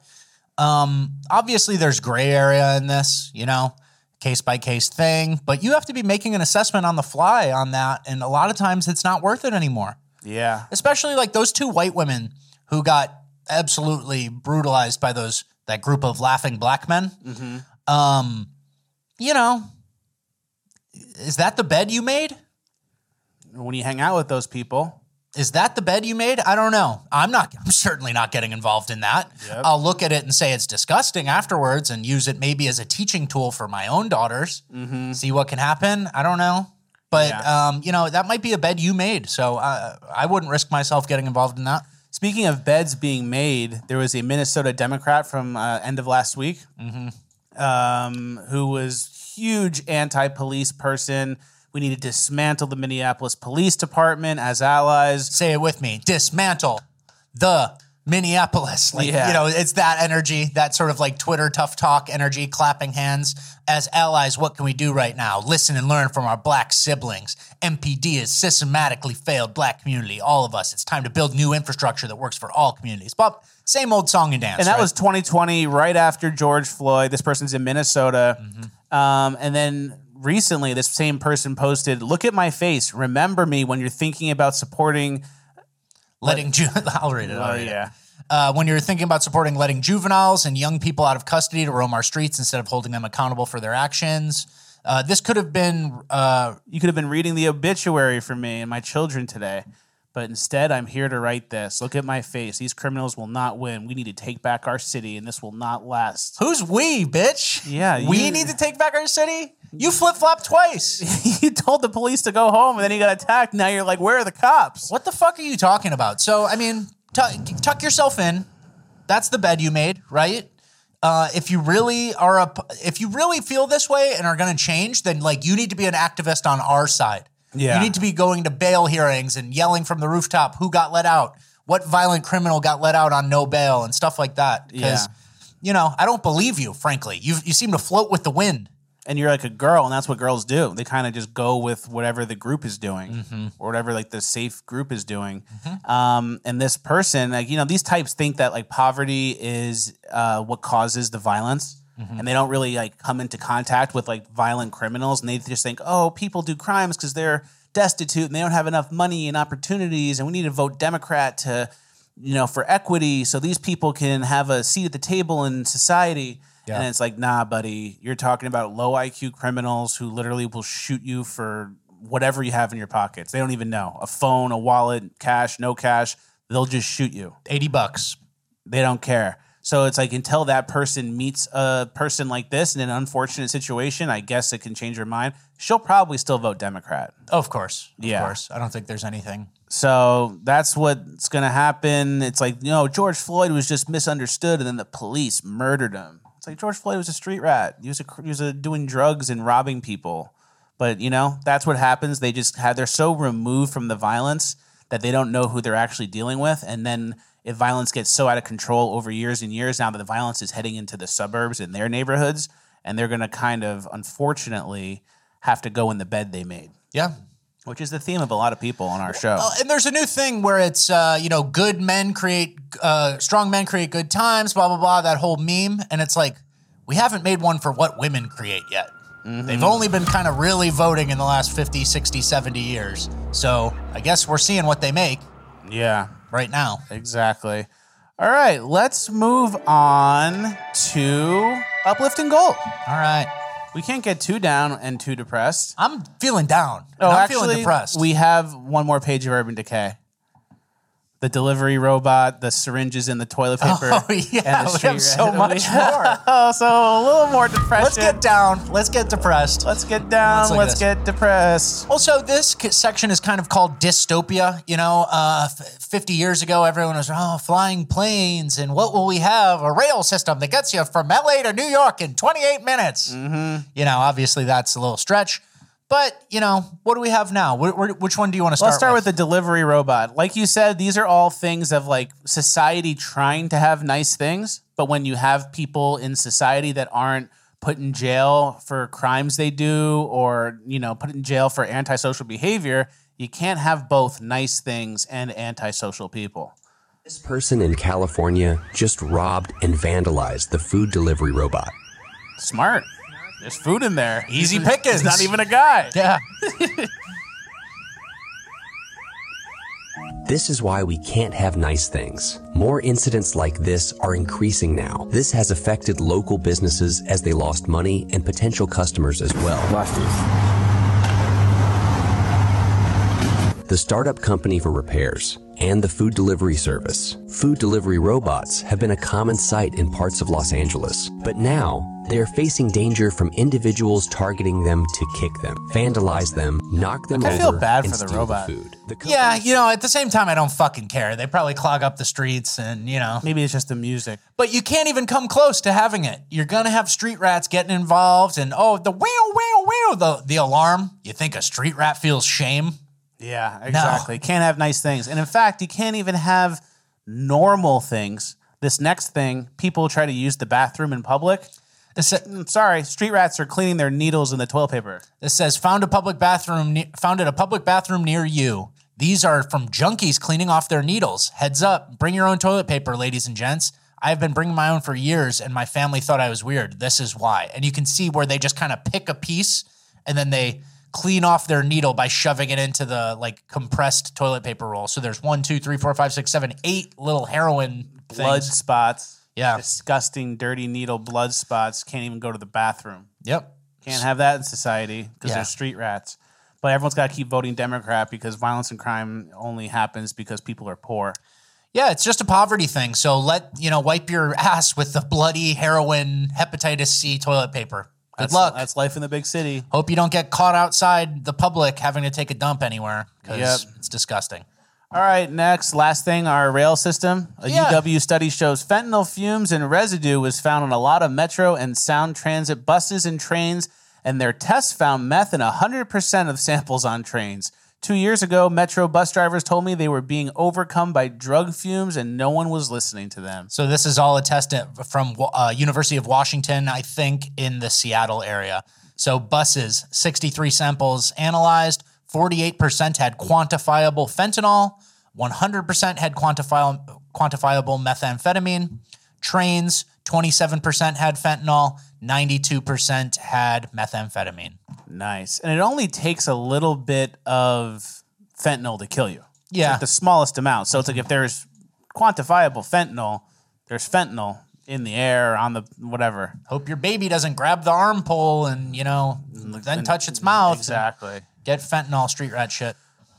Speaker 5: Um, obviously, there's gray area in this, you know, case by case thing. But you have to be making an assessment on the fly on that, and a lot of times it's not worth it anymore.
Speaker 6: Yeah.
Speaker 5: Especially like those two white women who got absolutely brutalized by those that group of laughing black men.
Speaker 6: Mm-hmm.
Speaker 5: Um, you know, is that the bed you made?
Speaker 6: When you hang out with those people,
Speaker 5: is that the bed you made? I don't know. I'm not. I'm certainly not getting involved in that.
Speaker 6: Yep.
Speaker 5: I'll look at it and say it's disgusting afterwards, and use it maybe as a teaching tool for my own daughters. See what can happen. I don't know, but um, you know that might be a bed you made. So I, I wouldn't risk myself getting involved in that.
Speaker 6: Speaking of beds being made, there was a Minnesota Democrat from uh, end of last week um, who was huge anti-police person. We need to dismantle the Minneapolis Police Department as allies.
Speaker 5: Say it with me. Dismantle the Minneapolis. Like
Speaker 6: Yeah.
Speaker 5: you know, it's that energy, that sort of like Twitter tough talk energy, clapping hands as allies. What can we do right now? Listen and learn from our black siblings. MPD has systematically failed black community. All of us. It's time to build new infrastructure that works for all communities. But same old song and dance.
Speaker 6: and that
Speaker 5: right?
Speaker 6: was 2020, right after George Floyd. This person's in Minnesota. Um, and then recently, this same person posted, Look at my face. Remember me when you're thinking about supporting.
Speaker 5: letting. Ju- *laughs* I'll read it. I'll
Speaker 6: Oh,
Speaker 5: read it.
Speaker 6: yeah.
Speaker 5: uh, when you're thinking about supporting letting juveniles and young people out of custody to roam our streets instead of holding them accountable for their actions. Uh, this could have been uh,
Speaker 6: You could have been reading the obituary for me and my children today. But instead, I'm here to write this. Look at my face. These criminals will not win. We need to take back our city, and this will not last. *laughs*
Speaker 5: who's we, bitch?
Speaker 6: Yeah,
Speaker 5: we
Speaker 6: you-
Speaker 5: need to take back our city.
Speaker 6: You flip flopped *laughs* twice. you told the police to go home, and then you got attacked. Now you're like, where are the cops?
Speaker 5: What the fuck are you talking about? So, I mean, tuck, tuck yourself in. That's the bed you made, right? Uh, if you really are a, if you really feel this way and are going to change, then like you need to be an activist on our side.
Speaker 6: Yeah.
Speaker 5: you need to be going to bail hearings and yelling from the rooftop who got let out, what violent criminal got let out on no bail, and stuff like that. 'Cause,
Speaker 6: Yeah.
Speaker 5: you know, I don't believe you. Frankly, you you seem to float with the wind.
Speaker 6: And you're like a girl, and that's what girls do. They kind of just go with whatever the group is doing, or whatever like the safe group is doing. Um, and this person, like you know, these types think that like poverty is uh, what causes the violence, and they don't really like come into contact with like violent criminals, and they just think, oh, people do crimes because they're destitute and they don't have enough money and opportunities, and we need to vote Democrat to, you know, for equity so these people can have a seat at the table in society. And it's like, nah, buddy, you're talking about low IQ criminals who literally will shoot you for whatever you have in your pockets. They don't even know a phone, a wallet, cash, no cash. They'll just shoot you.
Speaker 5: 80 bucks.
Speaker 6: They don't care. So it's like until that person meets a person like this in an unfortunate situation, I guess it can change her mind. She'll probably still vote Democrat.
Speaker 5: Of course, of
Speaker 6: Yeah.
Speaker 5: course. I don't think there's anything.
Speaker 6: So that's what's going to happen. It's like, you know, George Floyd was just misunderstood and then the police murdered him. It's like George Floyd was a street rat. He was, a, cr- he was a, doing drugs and robbing people. But, you know, that's what happens. They just have, they're so removed from the violence that they don't know who they're actually dealing with. And then if violence gets so out of control over years and years, now that the violence is heading into the suburbs and their neighborhoods, and they're going to kind of, unfortunately, have to go in the bed they made.
Speaker 5: Yeah.
Speaker 6: Which is the theme of a lot of people on our show.
Speaker 5: Oh, and there's a new thing where it's uh, you know good men create uh, strong men create good times, blah blah blah. That whole meme, and it's like we haven't made one for what women create yet. They've only been kind of really voting in the last 50, 60, 70 years. So I guess we're seeing what they make
Speaker 6: Yeah,
Speaker 5: right now.
Speaker 6: exactly. All right, let's move on to uplifting goal.
Speaker 5: All right.
Speaker 6: We can't get too down and too depressed.
Speaker 5: I'm feeling down. and I'm feeling depressed.
Speaker 6: Oh, we have one more page of Urban Decay. The delivery robot, the syringes and the toilet paper.
Speaker 5: Oh, *laughs* yeah,
Speaker 6: and the
Speaker 5: we
Speaker 6: street
Speaker 5: have so
Speaker 6: rat. *laughs* We
Speaker 5: much more.
Speaker 6: have- *laughs* so a little more depression.
Speaker 5: Let's get down. Let's get depressed.
Speaker 6: Let's get down.
Speaker 5: Let's look at
Speaker 6: let's
Speaker 5: this.
Speaker 6: get depressed.
Speaker 5: Also, this c- section is kind of called dystopia. You know, uh, f- 50 years ago, everyone was, oh, flying planes, and what will we have? A rail system that gets you from LA to New York in 28 minutes.
Speaker 6: Mm-hmm.
Speaker 5: You know, obviously, that's a little stretch. But, you know, what do we have now? Wh- wh- which one do you want to start
Speaker 6: Let's start with the delivery robot. Like you said, these are all things of like society trying to have nice things, but when you have people in society that aren't put in jail for crimes they do or, you know, put in jail for antisocial behavior, you can't have both nice things and antisocial people.
Speaker 10: This person in California just robbed and vandalized the food delivery robot.
Speaker 6: Smart. There's food in there.
Speaker 5: Easy
Speaker 6: He's-
Speaker 5: pickings.
Speaker 6: He's *laughs* not even a guy.
Speaker 5: Yeah.
Speaker 10: This is why we can't have nice things. More incidents like this are increasing now. This has affected local businesses as they lost money and potential customers as well. Watch this. The startup company for repairs and the food delivery service. Food delivery robots have been a common sight in parts of Los Angeles, but now they are facing danger from individuals targeting them to kick them, vandalize them, knock them
Speaker 6: Like, I
Speaker 10: over,
Speaker 6: feel bad
Speaker 10: and
Speaker 6: for the
Speaker 10: steal
Speaker 6: robot.
Speaker 10: the food. The
Speaker 5: Yeah, you know, at the same time, I don't fucking care. They probably clog up the streets and, you know.
Speaker 6: Maybe it's just the music.
Speaker 5: But you can't even come close to having it. You're gonna have street rats getting involved, and oh, the wow, wow, wow, the the alarm. You think a street rat feels shame?
Speaker 6: Yeah, exactly. Can't have nice things. And in fact, you can't even have normal things. This next thing, people try to use the bathroom in public.
Speaker 5: This, sa-
Speaker 6: I'm sorry, street rats are cleaning their needles in the toilet paper.
Speaker 5: this says found a public bathroom ne- found at a public bathroom near you. These are from junkies cleaning off their needles. Heads up, bring your own toilet paper, ladies and gents. I've been bringing my own for years, and my family thought I was weird. This is why. And you can see where they just kind of pick a piece and then they clean off their needle by shoving it into the like compressed toilet paper roll. So there's one, two, three, four, five, six, seven, eight little heroin things.
Speaker 6: Blood spots.
Speaker 5: Yeah.
Speaker 6: Disgusting, dirty needle blood spots. Can't even go to the bathroom.
Speaker 5: Yep.
Speaker 6: Can't have that in society because
Speaker 5: Yeah.
Speaker 6: they're street rats. But everyone's got to keep voting Democrat because violence and crime only happens because people are poor.
Speaker 5: Yeah, it's just a poverty thing. *laughs* So let you know, wipe your ass with the bloody heroin hepatitis C toilet paper. Good luck.
Speaker 6: That's life in the big city.
Speaker 5: Hope you don't get caught outside the public having to take a dump anywhere because
Speaker 6: Yep.
Speaker 5: it's disgusting.
Speaker 6: All right, next, last thing, our rail system. A
Speaker 5: Yeah.
Speaker 6: UW study shows fentanyl fumes and residue was found on a lot of metro and sound transit buses and trains, and their tests found meth in 100% of samples on trains. Two years ago, metro bus drivers told me they were being overcome by drug fumes and no one was listening to them.
Speaker 5: So this is all a test at- from uh, University of Washington, I think, in the Seattle area. So buses, 63 samples analyzed, 48% had quantifiable fentanyl, 100% had quantifiable, quantifiable methamphetamine. Trains, 27% had fentanyl, 92% had methamphetamine.
Speaker 6: Nice. And it only takes a little bit of fentanyl to kill you. It's
Speaker 5: Yeah.
Speaker 6: like the smallest amount. So it's like if there's quantifiable fentanyl, there's fentanyl in the air, on the whatever.
Speaker 5: Hope your baby doesn't grab the arm pole and, you know, then touch its mouth.
Speaker 6: Exactly.
Speaker 5: Get fentanyl, street rat shit.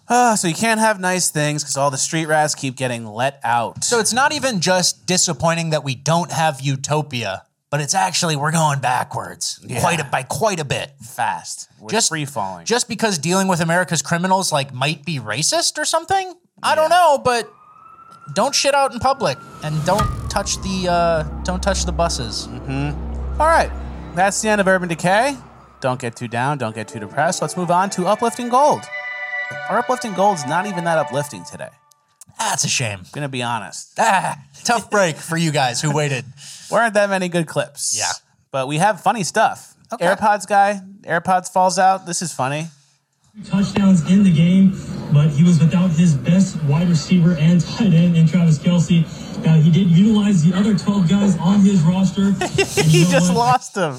Speaker 6: Ah, so you can't have nice things because all the street rats keep getting let out.
Speaker 5: So it's not even just disappointing that we don't have utopia, but it's actually we're going backwards quite a, by quite a bit.
Speaker 6: Fast. We're
Speaker 5: Just-
Speaker 6: free falling.
Speaker 5: Just because dealing with America's criminals like might be racist or something, I don't know, but don't shit out in public and don't touch the uh, don't touch the buses.
Speaker 6: Mm. All right. That's the end of Urban Decay. Don't get too down. Don't get too depressed. Let's move on to Uplifting Gold. Our Uplifting Gold's not even that uplifting today.
Speaker 5: That's a shame.
Speaker 6: I'm going to be honest.
Speaker 5: Ah, tough break for you guys who
Speaker 6: *laughs*
Speaker 5: waited.
Speaker 6: Weren't that many good clips.
Speaker 5: Yeah.
Speaker 6: But we have funny stuff. AirPods guy, AirPods falls out. This is funny.
Speaker 18: touchdowns in the game, but he was without his best wide receiver and tight end in Travis Kelsey. Now, he did utilize the other 12 guys on his roster.
Speaker 6: *laughs* he just lost him.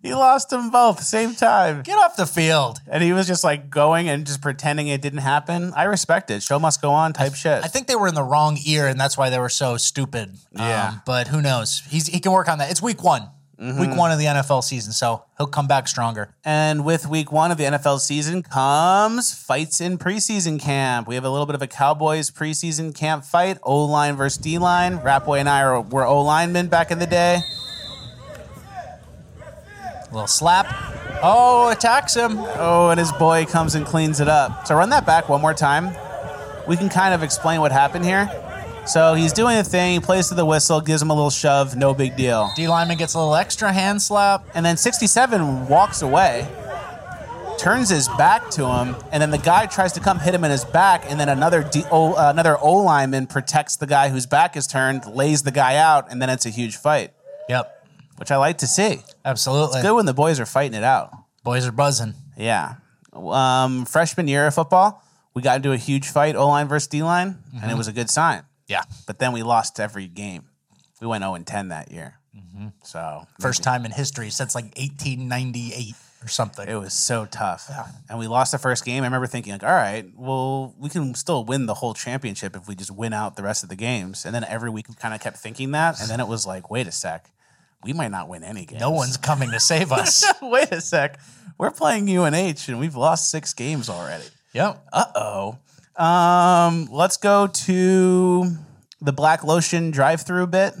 Speaker 6: He lost them both same time.
Speaker 5: Get off the field.
Speaker 6: And he was just like going and just pretending it didn't happen. I respect it. Show must go on type shit.
Speaker 5: I think they were in the wrong ear, and that's why they were so stupid. Um,
Speaker 6: Yeah.
Speaker 5: but who knows? He's he can work on that. It's week one,
Speaker 6: Mm-hmm.
Speaker 5: week one of the NFL season, so he'll come back stronger.
Speaker 6: And with week one of the NFL season comes fights in preseason camp. We have a little bit of a Cowboys preseason camp fight O line versus D line. Rapway and I are, were O linemen back in the day.
Speaker 5: little slap. Oh, attacks him.
Speaker 6: Oh, and his boy comes and cleans it up. So run that back one more time. We can kind of explain what happened here. So he's doing a thing, he plays to the whistle, gives him a little shove, no big deal.
Speaker 5: D lineman gets a little extra hand slap.
Speaker 6: And then 67 walks away, turns his back to him, and then the guy tries to come hit him in his back, and then another D- o, uh, another O lineman protects the guy whose back is turned, lays the guy out, and then it's a huge fight,
Speaker 5: Yep,
Speaker 6: which I like to see.
Speaker 5: absolutely.
Speaker 6: It's good when the boys are fighting it out.
Speaker 5: Boys are buzzing.
Speaker 6: Yeah. Um, freshman year of football, we got into a huge fight, O line versus D line, and it was a good sign.
Speaker 5: Yeah,
Speaker 6: But then we lost every game. We went 0 10 that year. So
Speaker 5: first time in history since like 1898 or something.
Speaker 6: It was so tough. And we lost the first game. I remember thinking, like, all right, well, we can still win the whole championship if we just win out the rest of the games. And then every week we kind of kept thinking that. And then it was like, wait a sec, we might not win any games.
Speaker 5: No one's coming to save
Speaker 6: *laughs*
Speaker 5: us.
Speaker 6: wait a sec. We're playing UNH and we've lost six games already.
Speaker 5: yep.
Speaker 6: Uh oh. Um, let's go to the Black Lotion drive-through bit.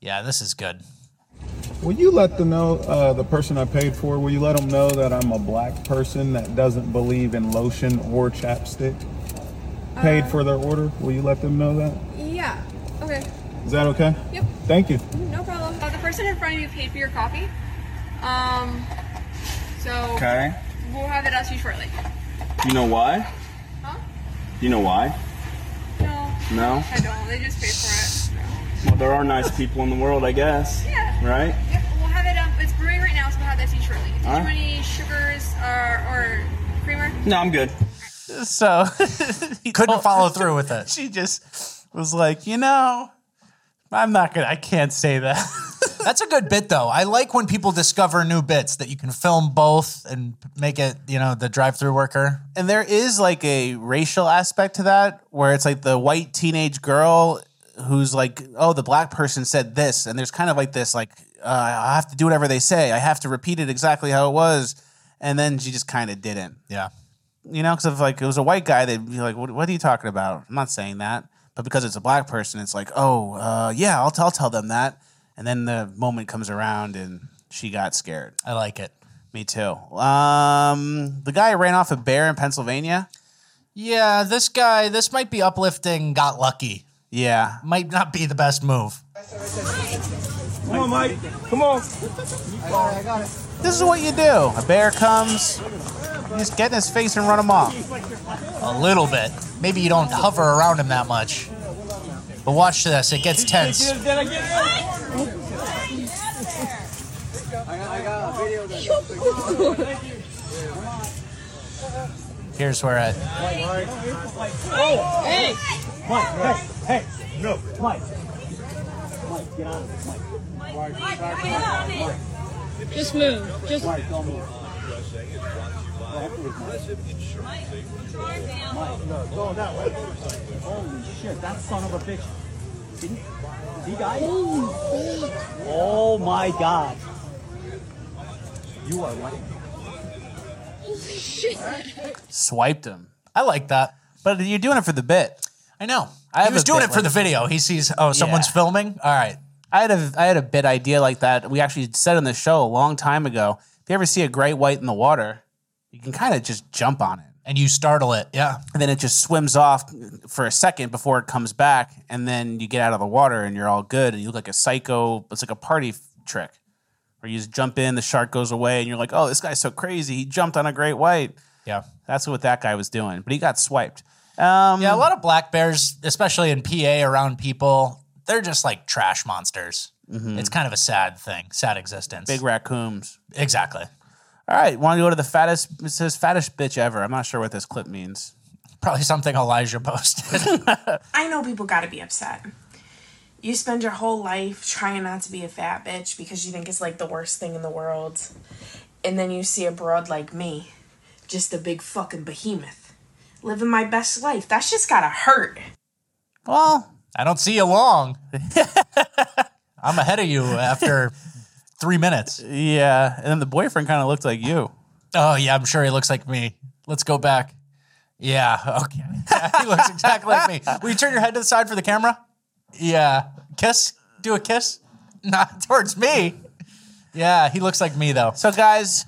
Speaker 5: Yeah, this is good.
Speaker 19: Will you let them know, uh, the person I paid for, will you let them know that I'm a black person that doesn't believe in lotion or chapstick?
Speaker 4: Uh,
Speaker 19: Paid for their order? Will you let them know that?
Speaker 4: Yeah. Okay.
Speaker 19: Is that okay?
Speaker 4: Yep.
Speaker 19: Thank you.
Speaker 4: No problem. Uh, the person in front of you paid for your coffee. Um. So.
Speaker 19: Okay.
Speaker 4: We'll have it out to you shortly.
Speaker 19: You know why?
Speaker 4: Huh?
Speaker 19: You know why?
Speaker 4: No.
Speaker 19: No?
Speaker 4: I don't. They just paid for it.
Speaker 19: Well, there are nice people in the world, I guess.
Speaker 4: Yeah.
Speaker 19: Right?
Speaker 4: Yep. We'll have it. Um. It's brewing right now, so we'll have that to you shortly. Did you
Speaker 19: Alright.
Speaker 4: want any sugars or or creamer?
Speaker 19: No, I'm good.
Speaker 6: So *laughs* oh.
Speaker 5: Couldn't follow through with it.
Speaker 6: she just was like, you know, I'm not gonna. I can't say that. *laughs*
Speaker 5: That's a good bit though. I like when people discover new bits that you can film both and make it, you know, the drive-through worker.
Speaker 6: and there is like a racial aspect to that, where it's like the white teenage girl who's like, oh, the black person said this, and there's kind of like this, like, uh, I have to do whatever they say. I have to repeat it exactly how it was, and then she just kind of didn't.
Speaker 5: Yeah.
Speaker 6: you know, because if like it was a white guy, they'd be like, what, "What are you talking about?" I'm not saying that, but because it's a black person, it's like, "Oh, uh, yeah, I'll, t- I'll tell them that." And then the moment comes around, and She got scared.
Speaker 5: I like it.
Speaker 6: Me too. Um, the guy ran off a bear in Pennsylvania.
Speaker 5: Yeah, this guy, this might be uplifting, got lucky.
Speaker 6: Yeah.
Speaker 5: Might not be the best move.
Speaker 19: Come on, Mike. Come on.
Speaker 17: I got it, I got it.
Speaker 6: This is what you do. A bear comes, you just get in his face and run him off.
Speaker 5: A little bit. Maybe you don't hover around him that much. But watch this, it gets tense. Here's where I.
Speaker 17: Oh, hey! Mike, hey, hey, no, Mike. Mike, get on it, Mike. Mike, Just move, just. Mike, don't move. Mike, no, go that way. *laughs* Holy shit, that son of a bitch. Didn't, he got it? Oh my god. You are right. Holy shit.
Speaker 5: Swiped him. I like that.
Speaker 6: But you're doing it for the bit.
Speaker 5: I know.
Speaker 6: I have
Speaker 5: he was
Speaker 6: a
Speaker 5: doing
Speaker 6: bit
Speaker 5: it for
Speaker 6: like
Speaker 5: the
Speaker 6: that.
Speaker 5: video. He sees, oh, someone's
Speaker 6: Yeah.
Speaker 5: filming? All right.
Speaker 6: I had a I had a bit idea like that. We actually said on the show a long time ago. If you ever see a great white in the water, you can kind of just jump on it.
Speaker 5: And you startle it. Yeah.
Speaker 6: And then it just swims off for a second before it comes back, and then you get out of the water and you're all good. And you look like a psycho. It's like a party f- trick, where you just jump in, the shark goes away, and you're like, "Oh, this guy's so crazy! He jumped on a great white."
Speaker 5: Yeah.
Speaker 6: That's what that guy was doing, but he got swiped. Um,
Speaker 5: yeah, a lot of black bears, especially in PA around people, they're just like trash monsters.
Speaker 6: Mhm.
Speaker 5: It's kind of a sad thing, sad existence.
Speaker 6: Big raccoons.
Speaker 5: Exactly.
Speaker 6: All right, want to go to the fattest? It says fattest bitch ever. I'm not sure what this clip means.
Speaker 5: Probably something Elijah posted.
Speaker 20: I know people gotta be upset. You spend your whole life trying not to be a fat bitch because you think it's like the worst thing in the world. And then you see a broad like me, just a big fucking behemoth, living my best life. That's just gotta hurt.
Speaker 6: Well,
Speaker 5: *laughs* I don't see you
Speaker 6: *laughs*
Speaker 5: long. I'm ahead of you after three
Speaker 6: *laughs*
Speaker 5: minutes.
Speaker 6: Yeah, uh, and then the boyfriend kind of looked like you.
Speaker 5: Oh, yeah, I'm sure he looks like me. Let's go back. Yeah, okay. *laughs* he looks exactly like me. Will you turn your head to the side for the camera? Yeah. Kiss? Do a kiss? *laughs* Not towards me. Yeah, he looks like me, though. Uh,
Speaker 6: So, guys,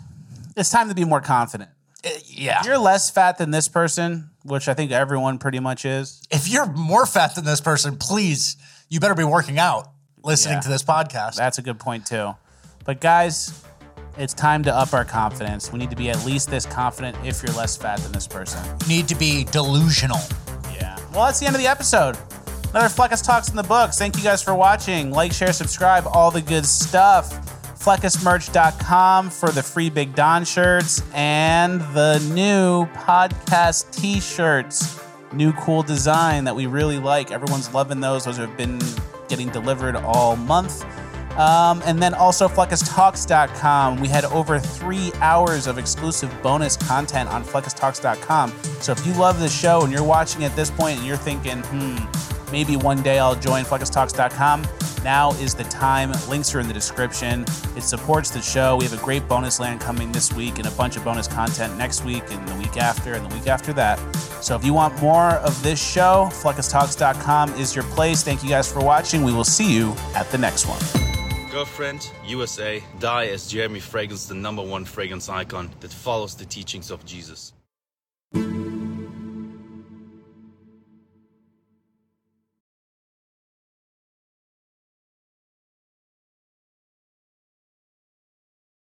Speaker 6: it's time to be more confident.
Speaker 5: yeah.
Speaker 6: If you're less fat than this person, which I think everyone pretty much is.
Speaker 5: If you're more fat than this person, please, you better be working out listening
Speaker 6: Yeah.
Speaker 5: to this podcast.
Speaker 6: That's a good point, too. But, guys, it's time to up our confidence. We need to be at least this confident if you're less fat than this person.
Speaker 5: You need to be delusional.
Speaker 6: Yeah. Well, that's the end of the episode. Another Fleckus Talks in the Books. Thank you guys for watching. Like, share, subscribe, all the good stuff. FleckusMerch.com for the free Big Don shirts and the new podcast t shirts. New cool design that we really like. Everyone's loving those. Those have been getting delivered all month. Um, and then also FleckusTalks.com. We had over three hours of exclusive bonus content on FleckusTalks.com. So if you love the show and you're watching at this point and you're thinking, hmm, maybe one day I'll join FleckusTalks.com, now is the time. Links are in the description. It supports the show. We have a great bonus land coming this week and a bunch of bonus content next week and the week after and the week after that. So if you want more of this show, FleckusTalks.com is your place. Thank you guys for watching. We will see you at the next one.
Speaker 21: Girlfriend, USA, die as Jeremy Fragrance, the number one fragrance icon that follows the teachings of Jesus.